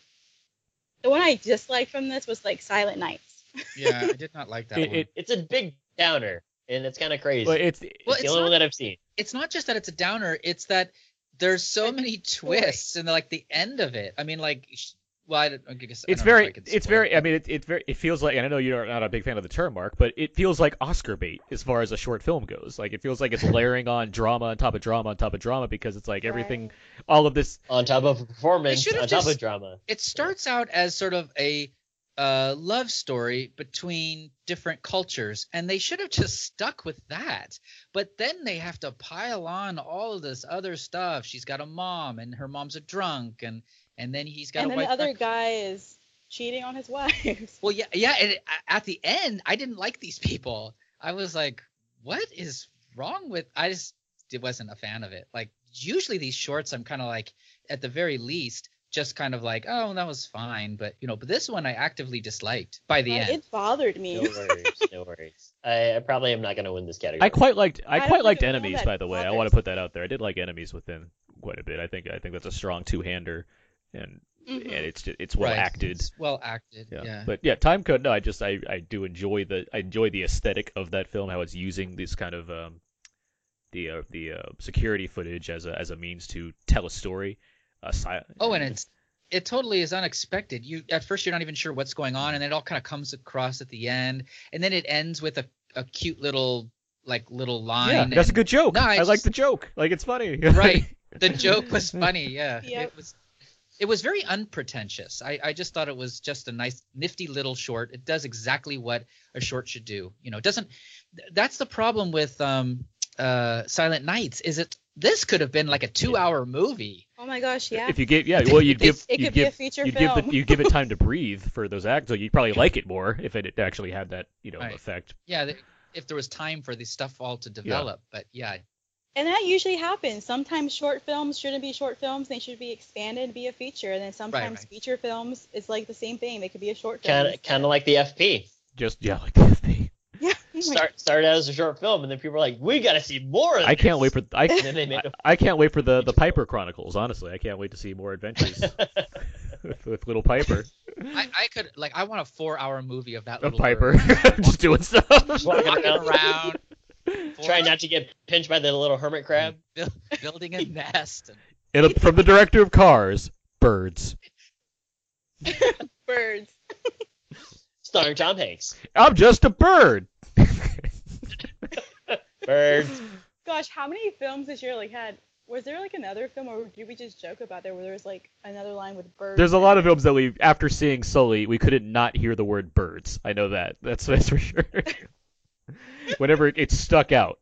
the one I disliked from this was like Silent Nights. Yeah, I did not like that It- one. it- It's a big downer, and it's kind of crazy. Well, it's Well, it's it's the only not- one that I've seen. it's not just that it's a downer it's that there's so Like, many twists and like the end of it i mean like sh- well i, don't, I guess I it's don't know if I very can it's spoil very it, i but mean it, it very it feels like and i know you're not a big fan of the term mark but it feels like oscar bait as far as a short film goes like it feels like it's layering on drama on top of drama on top of drama because it's like everything all of this On top of performance, should've on top just- of <laughs> drama. it starts out as sort of a uh, love story between different cultures and they should have just stuck with that but then they have to pile on all of this other stuff she's got a mom and her mom's a drunk and and then he's got and a then wife the other guy is cheating on his <laughs> wife. Well, yeah, yeah. And it- a- at the end, I didn't like these people. I was like, what is wrong with? I just it wasn't a fan of it. Like usually these shorts, I'm kind of like, at the very least, just kind of like, oh, that was fine. But you know, but this one I actively disliked by the Like, end. It bothered No me. worries, no worries. I, I probably am not going to win this category. i quite liked i, I don't quite think liked it was all enemies that by the way i bothersome. want to put that out there i did like enemies within quite a bit i think i think that's a strong two-hander and Mhm. and it's ju- it's well Right. acted It's well acted. yeah. Yeah. but yeah time code no i just i i do enjoy the i enjoy the aesthetic of that film how it's using this kind of um the uh, the uh, security footage as a as a means to tell a story uh, si- oh, and it's it totally is unexpected. You at first you're not even sure what's going on, and then it all kind of comes across at the end, and then it ends with a a cute little like little line. yeah, that's a and- good joke No, i I like just- the joke like it's funny <laughs> Right. <laughs> the joke was funny yeah Yep. it was it was very unpretentious I, I just thought it was just a nice nifty little short it does exactly what a short should do you know it doesn't th- that's the problem with um uh silent nights is it this could have been like a two hour movie Oh my gosh, yeah. if you give yeah well you'd It- give it you'd could be a give feature you'd give film. the, you give it time <laughs> to breathe for those acts so you'd probably like it more if it actually had that you know Right. effect yeah th- if there was time for this stuff all to develop but yeah And that usually happens. Sometimes short films shouldn't be short films; they should be expanded and be a feature. And then sometimes right. feature films is like the same thing; they could be a short film. kind of kind of like the FP. just yeah like <laughs> the thing. <laughs> yeah. oh Start started out as a short film, and then people were like, "We got to see more of." i can't wait this." for i <laughs> And then they <laughs> made a <laughs> I can't wait for the the Piper Chronicles. Honestly, I can't wait to see more adventures with, with little Piper. i, I could like i want a four hour movie of that A little Piper <laughs> bird just doing stuff. walking <laughs> walking around, around try not to get pinched by the little hermit crab. <laughs> build, building a nest <laughs> and And a- from the director of Cars, Birds. Birds. starring <laughs> Tom Hanks. I'm just a bird. Bird. Gosh, how many films this year like had? Was there like another film, or did we just joke about there where there was like another line with birds? There's a in lot it? of films that we, after seeing Sully, we couldn't not hear the word birds. I know that. That's <laughs> that's for sure. Whenever it, it stuck out,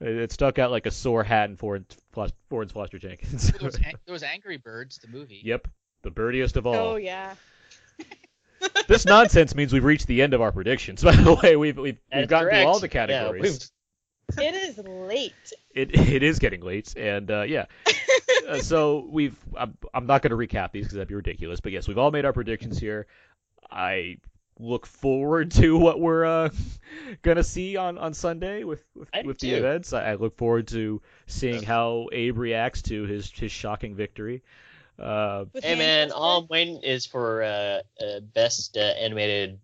it, it stuck out like a sore hat in Florence, Flos- Florence Foster Jenkins. <laughs> There was, An- there was Angry Birds, the movie. yep, the birdiest of all. Oh yeah. This nonsense means we've reached the end of our predictions. <laughs> By the way, we've we've, That's we've gotten correct. through all the Yeah, categories. <laughs> we've- It is late. it it is getting late, and uh, <laughs> yeah. uh, so we've I'm, I'm not going to recap these because that'd be ridiculous. But yes, we've all made our predictions here. I look forward to what we're uh, <laughs> gonna see on, on Sunday with with, I do with the too. events. I, I look forward to seeing Yes. how Abe reacts to his his shocking victory. Uh, With Hey hand man, gesture. all I'm waiting is for uh, uh best uh, animated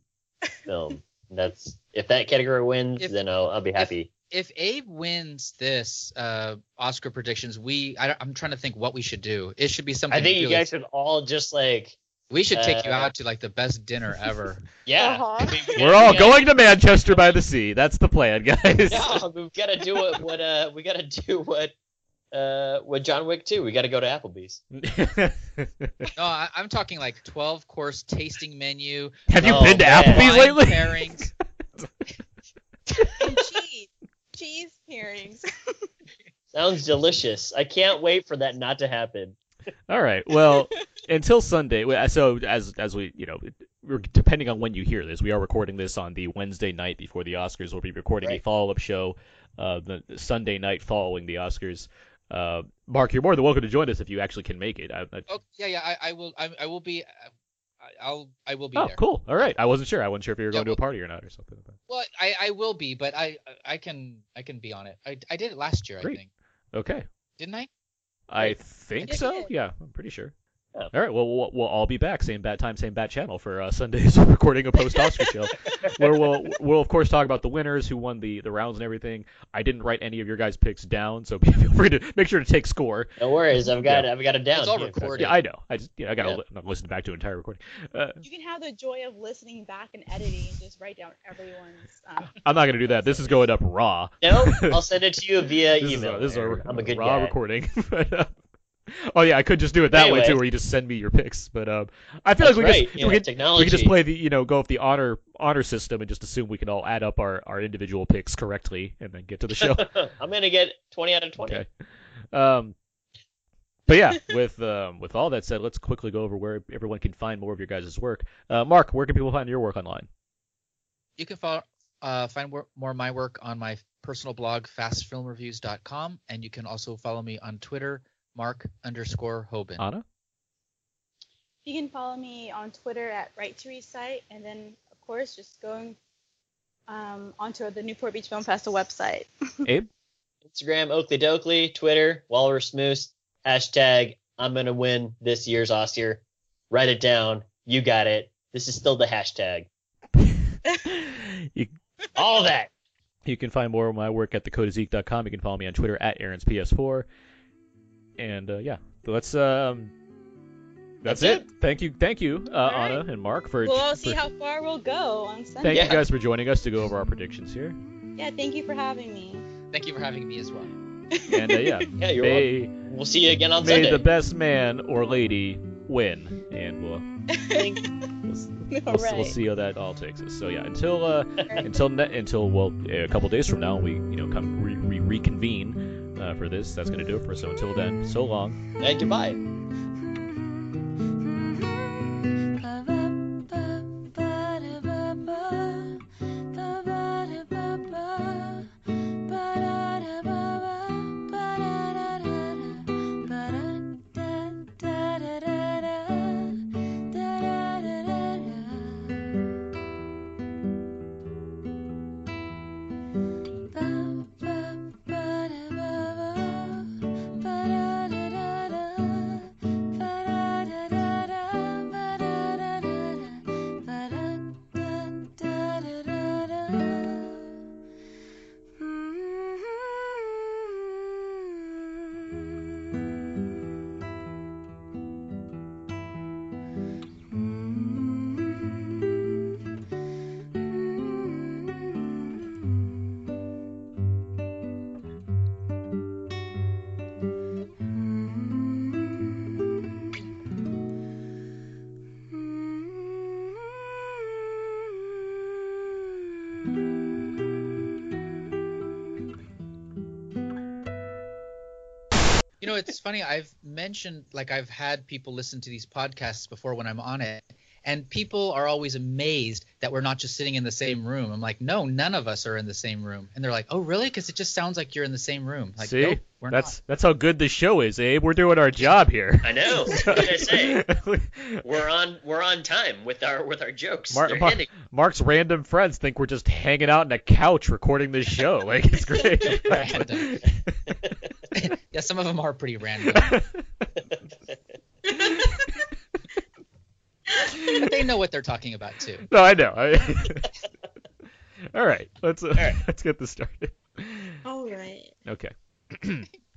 film. That's if that category wins, If- then I'll, I'll be happy. If Abe wins this uh, Oscar predictions, we I, am trying to think what we should do. It should be something. I think you really- guys should all just like, we should take you uh, out to like the best dinner <laughs> ever. yeah, Uh-huh. we're all Oh, yeah. going to Manchester by the sea. That's the plan, <laughs> guys. no, we've got to do what, what uh, we got to do what uh, what John Wick too. We got to go to Applebee's. <laughs> no, I, I'm talking like 12 course tasting menu. uh, Have you Oh, been to man. Applebee's wine lately? Pairings. And cheese, cheese pairings. Sounds delicious. I can't wait for that not to happen. <laughs> All right. Well, until Sunday. we- So as as we you know, we're depending on when you hear this, we are recording this on the Wednesday night before the Oscars. We'll be recording a Right. follow up show uh, the, the Sunday night following the Oscars. Uh, Mark, you're more than welcome to join us if you actually can make it. I, I, Oh yeah, yeah. I, I will. I, I will be. uh, I- I'll. I will be oh, there. cool. All right. I wasn't sure. I wasn't sure if you were going Yeah, to a well- party or not or something. Well, I, I will be, but I I can I can be on it. I, I did it last year, Great. I think. Okay. Didn't I? I Great. think Yeah, so. yeah. Yeah, I'm pretty sure. Yeah. All right. Well, we'll we'll all be back same bat time, same bat channel for uh, Sunday's <laughs> recording a post Oscar <laughs> show, where we'll we'll of course talk about the winners, who won the the rounds and everything. I didn't write any of your guys' picks down, so <laughs> feel free to make sure to take score. No worries. I've got I've got it down. It's all here. recorded. Yeah, I know. I just you know, I gotta Yeah. li- not listen back to an entire recording. Uh, You can have the joy of listening back and editing and just write down everyone's. Um, I'm not gonna do that. This is going up raw. <laughs> No, I'll send it to you via This is email. a, this is a, Aaron. I'm a good raw guy. recording. <laughs> But, uh, oh yeah, I could just do it that way Anyway. too, where you just send me your picks. But um, I feel That's like we right. just you we know, could technology. We can just play the, you know, go off the honor honor system and just assume we can all add up our, our individual picks correctly and then get to the <laughs> show. <laughs> I'm gonna get 20 out of 20. okay. Um, but yeah, with um, with all that said, let's quickly go over where everyone can find more of your guys' work. Uh, Mark, where can people find your work online? You can follow, uh, find wor- more of my work on my personal blog, fastfilmreviews.com, and you can also follow me on Twitter, Mark underscore Hoban. <laughs> Anna? you can follow me on Twitter at Right to Recite, and then of course just going um, onto the Newport Beach Film Festival website. Abe? Instagram Oakley Doakley, Twitter Walrus Moose, hashtag I'm gonna win this year's Oscar. Write it down. You got it. This is still the hashtag. you, All that. you can find more of my work at thecodazeek.com. You can follow me on Twitter at Aaron's PS4. And uh, yeah, let's um that's, That's it. Thank you thank you uh, right. Anna and Mark for We'll for- see how far we'll go on Sunday. Thank Yeah. you guys for joining us to go over our predictions here. Yeah, thank you for having me. Thank you for having me as well. And uh, <laughs> yeah, <laughs> Yeah, you're welcome. may, We'll see you again on may Sunday. the best man or lady win. And we'll, we'll, s- All we'll, s- right. we'll see how that all takes us. So yeah, until uh, right. until ne- until well, a couple days from now, we you know come re- re- reconvene uh, for this. That's gonna do it for us. So until then, so long. and goodbye. Ba-da-da-da-da. it's funny. I've mentioned like I've had people listen to these podcasts before when I'm on it, and people are always amazed that we're not just sitting in the same room. I'm like, no, none of us are in the same room, and they're like, oh, really? Because it just sounds like you're in the same room. Like, See, nope, we're that's that's how good this show is, Abe. We're doing our job here. <laughs> I know. What did I say? We're on we're on time with our with our jokes. Mar- They're Mar- hitting. Mark's random friends think we're just hanging out on a couch recording this show. Like it's <laughs> great. not <laughs> random. yeah, some of them are pretty random, but they know what they're talking about too. no, I <laughs> know. I... All right, let's uh, right. let's get this started. All right. Okay.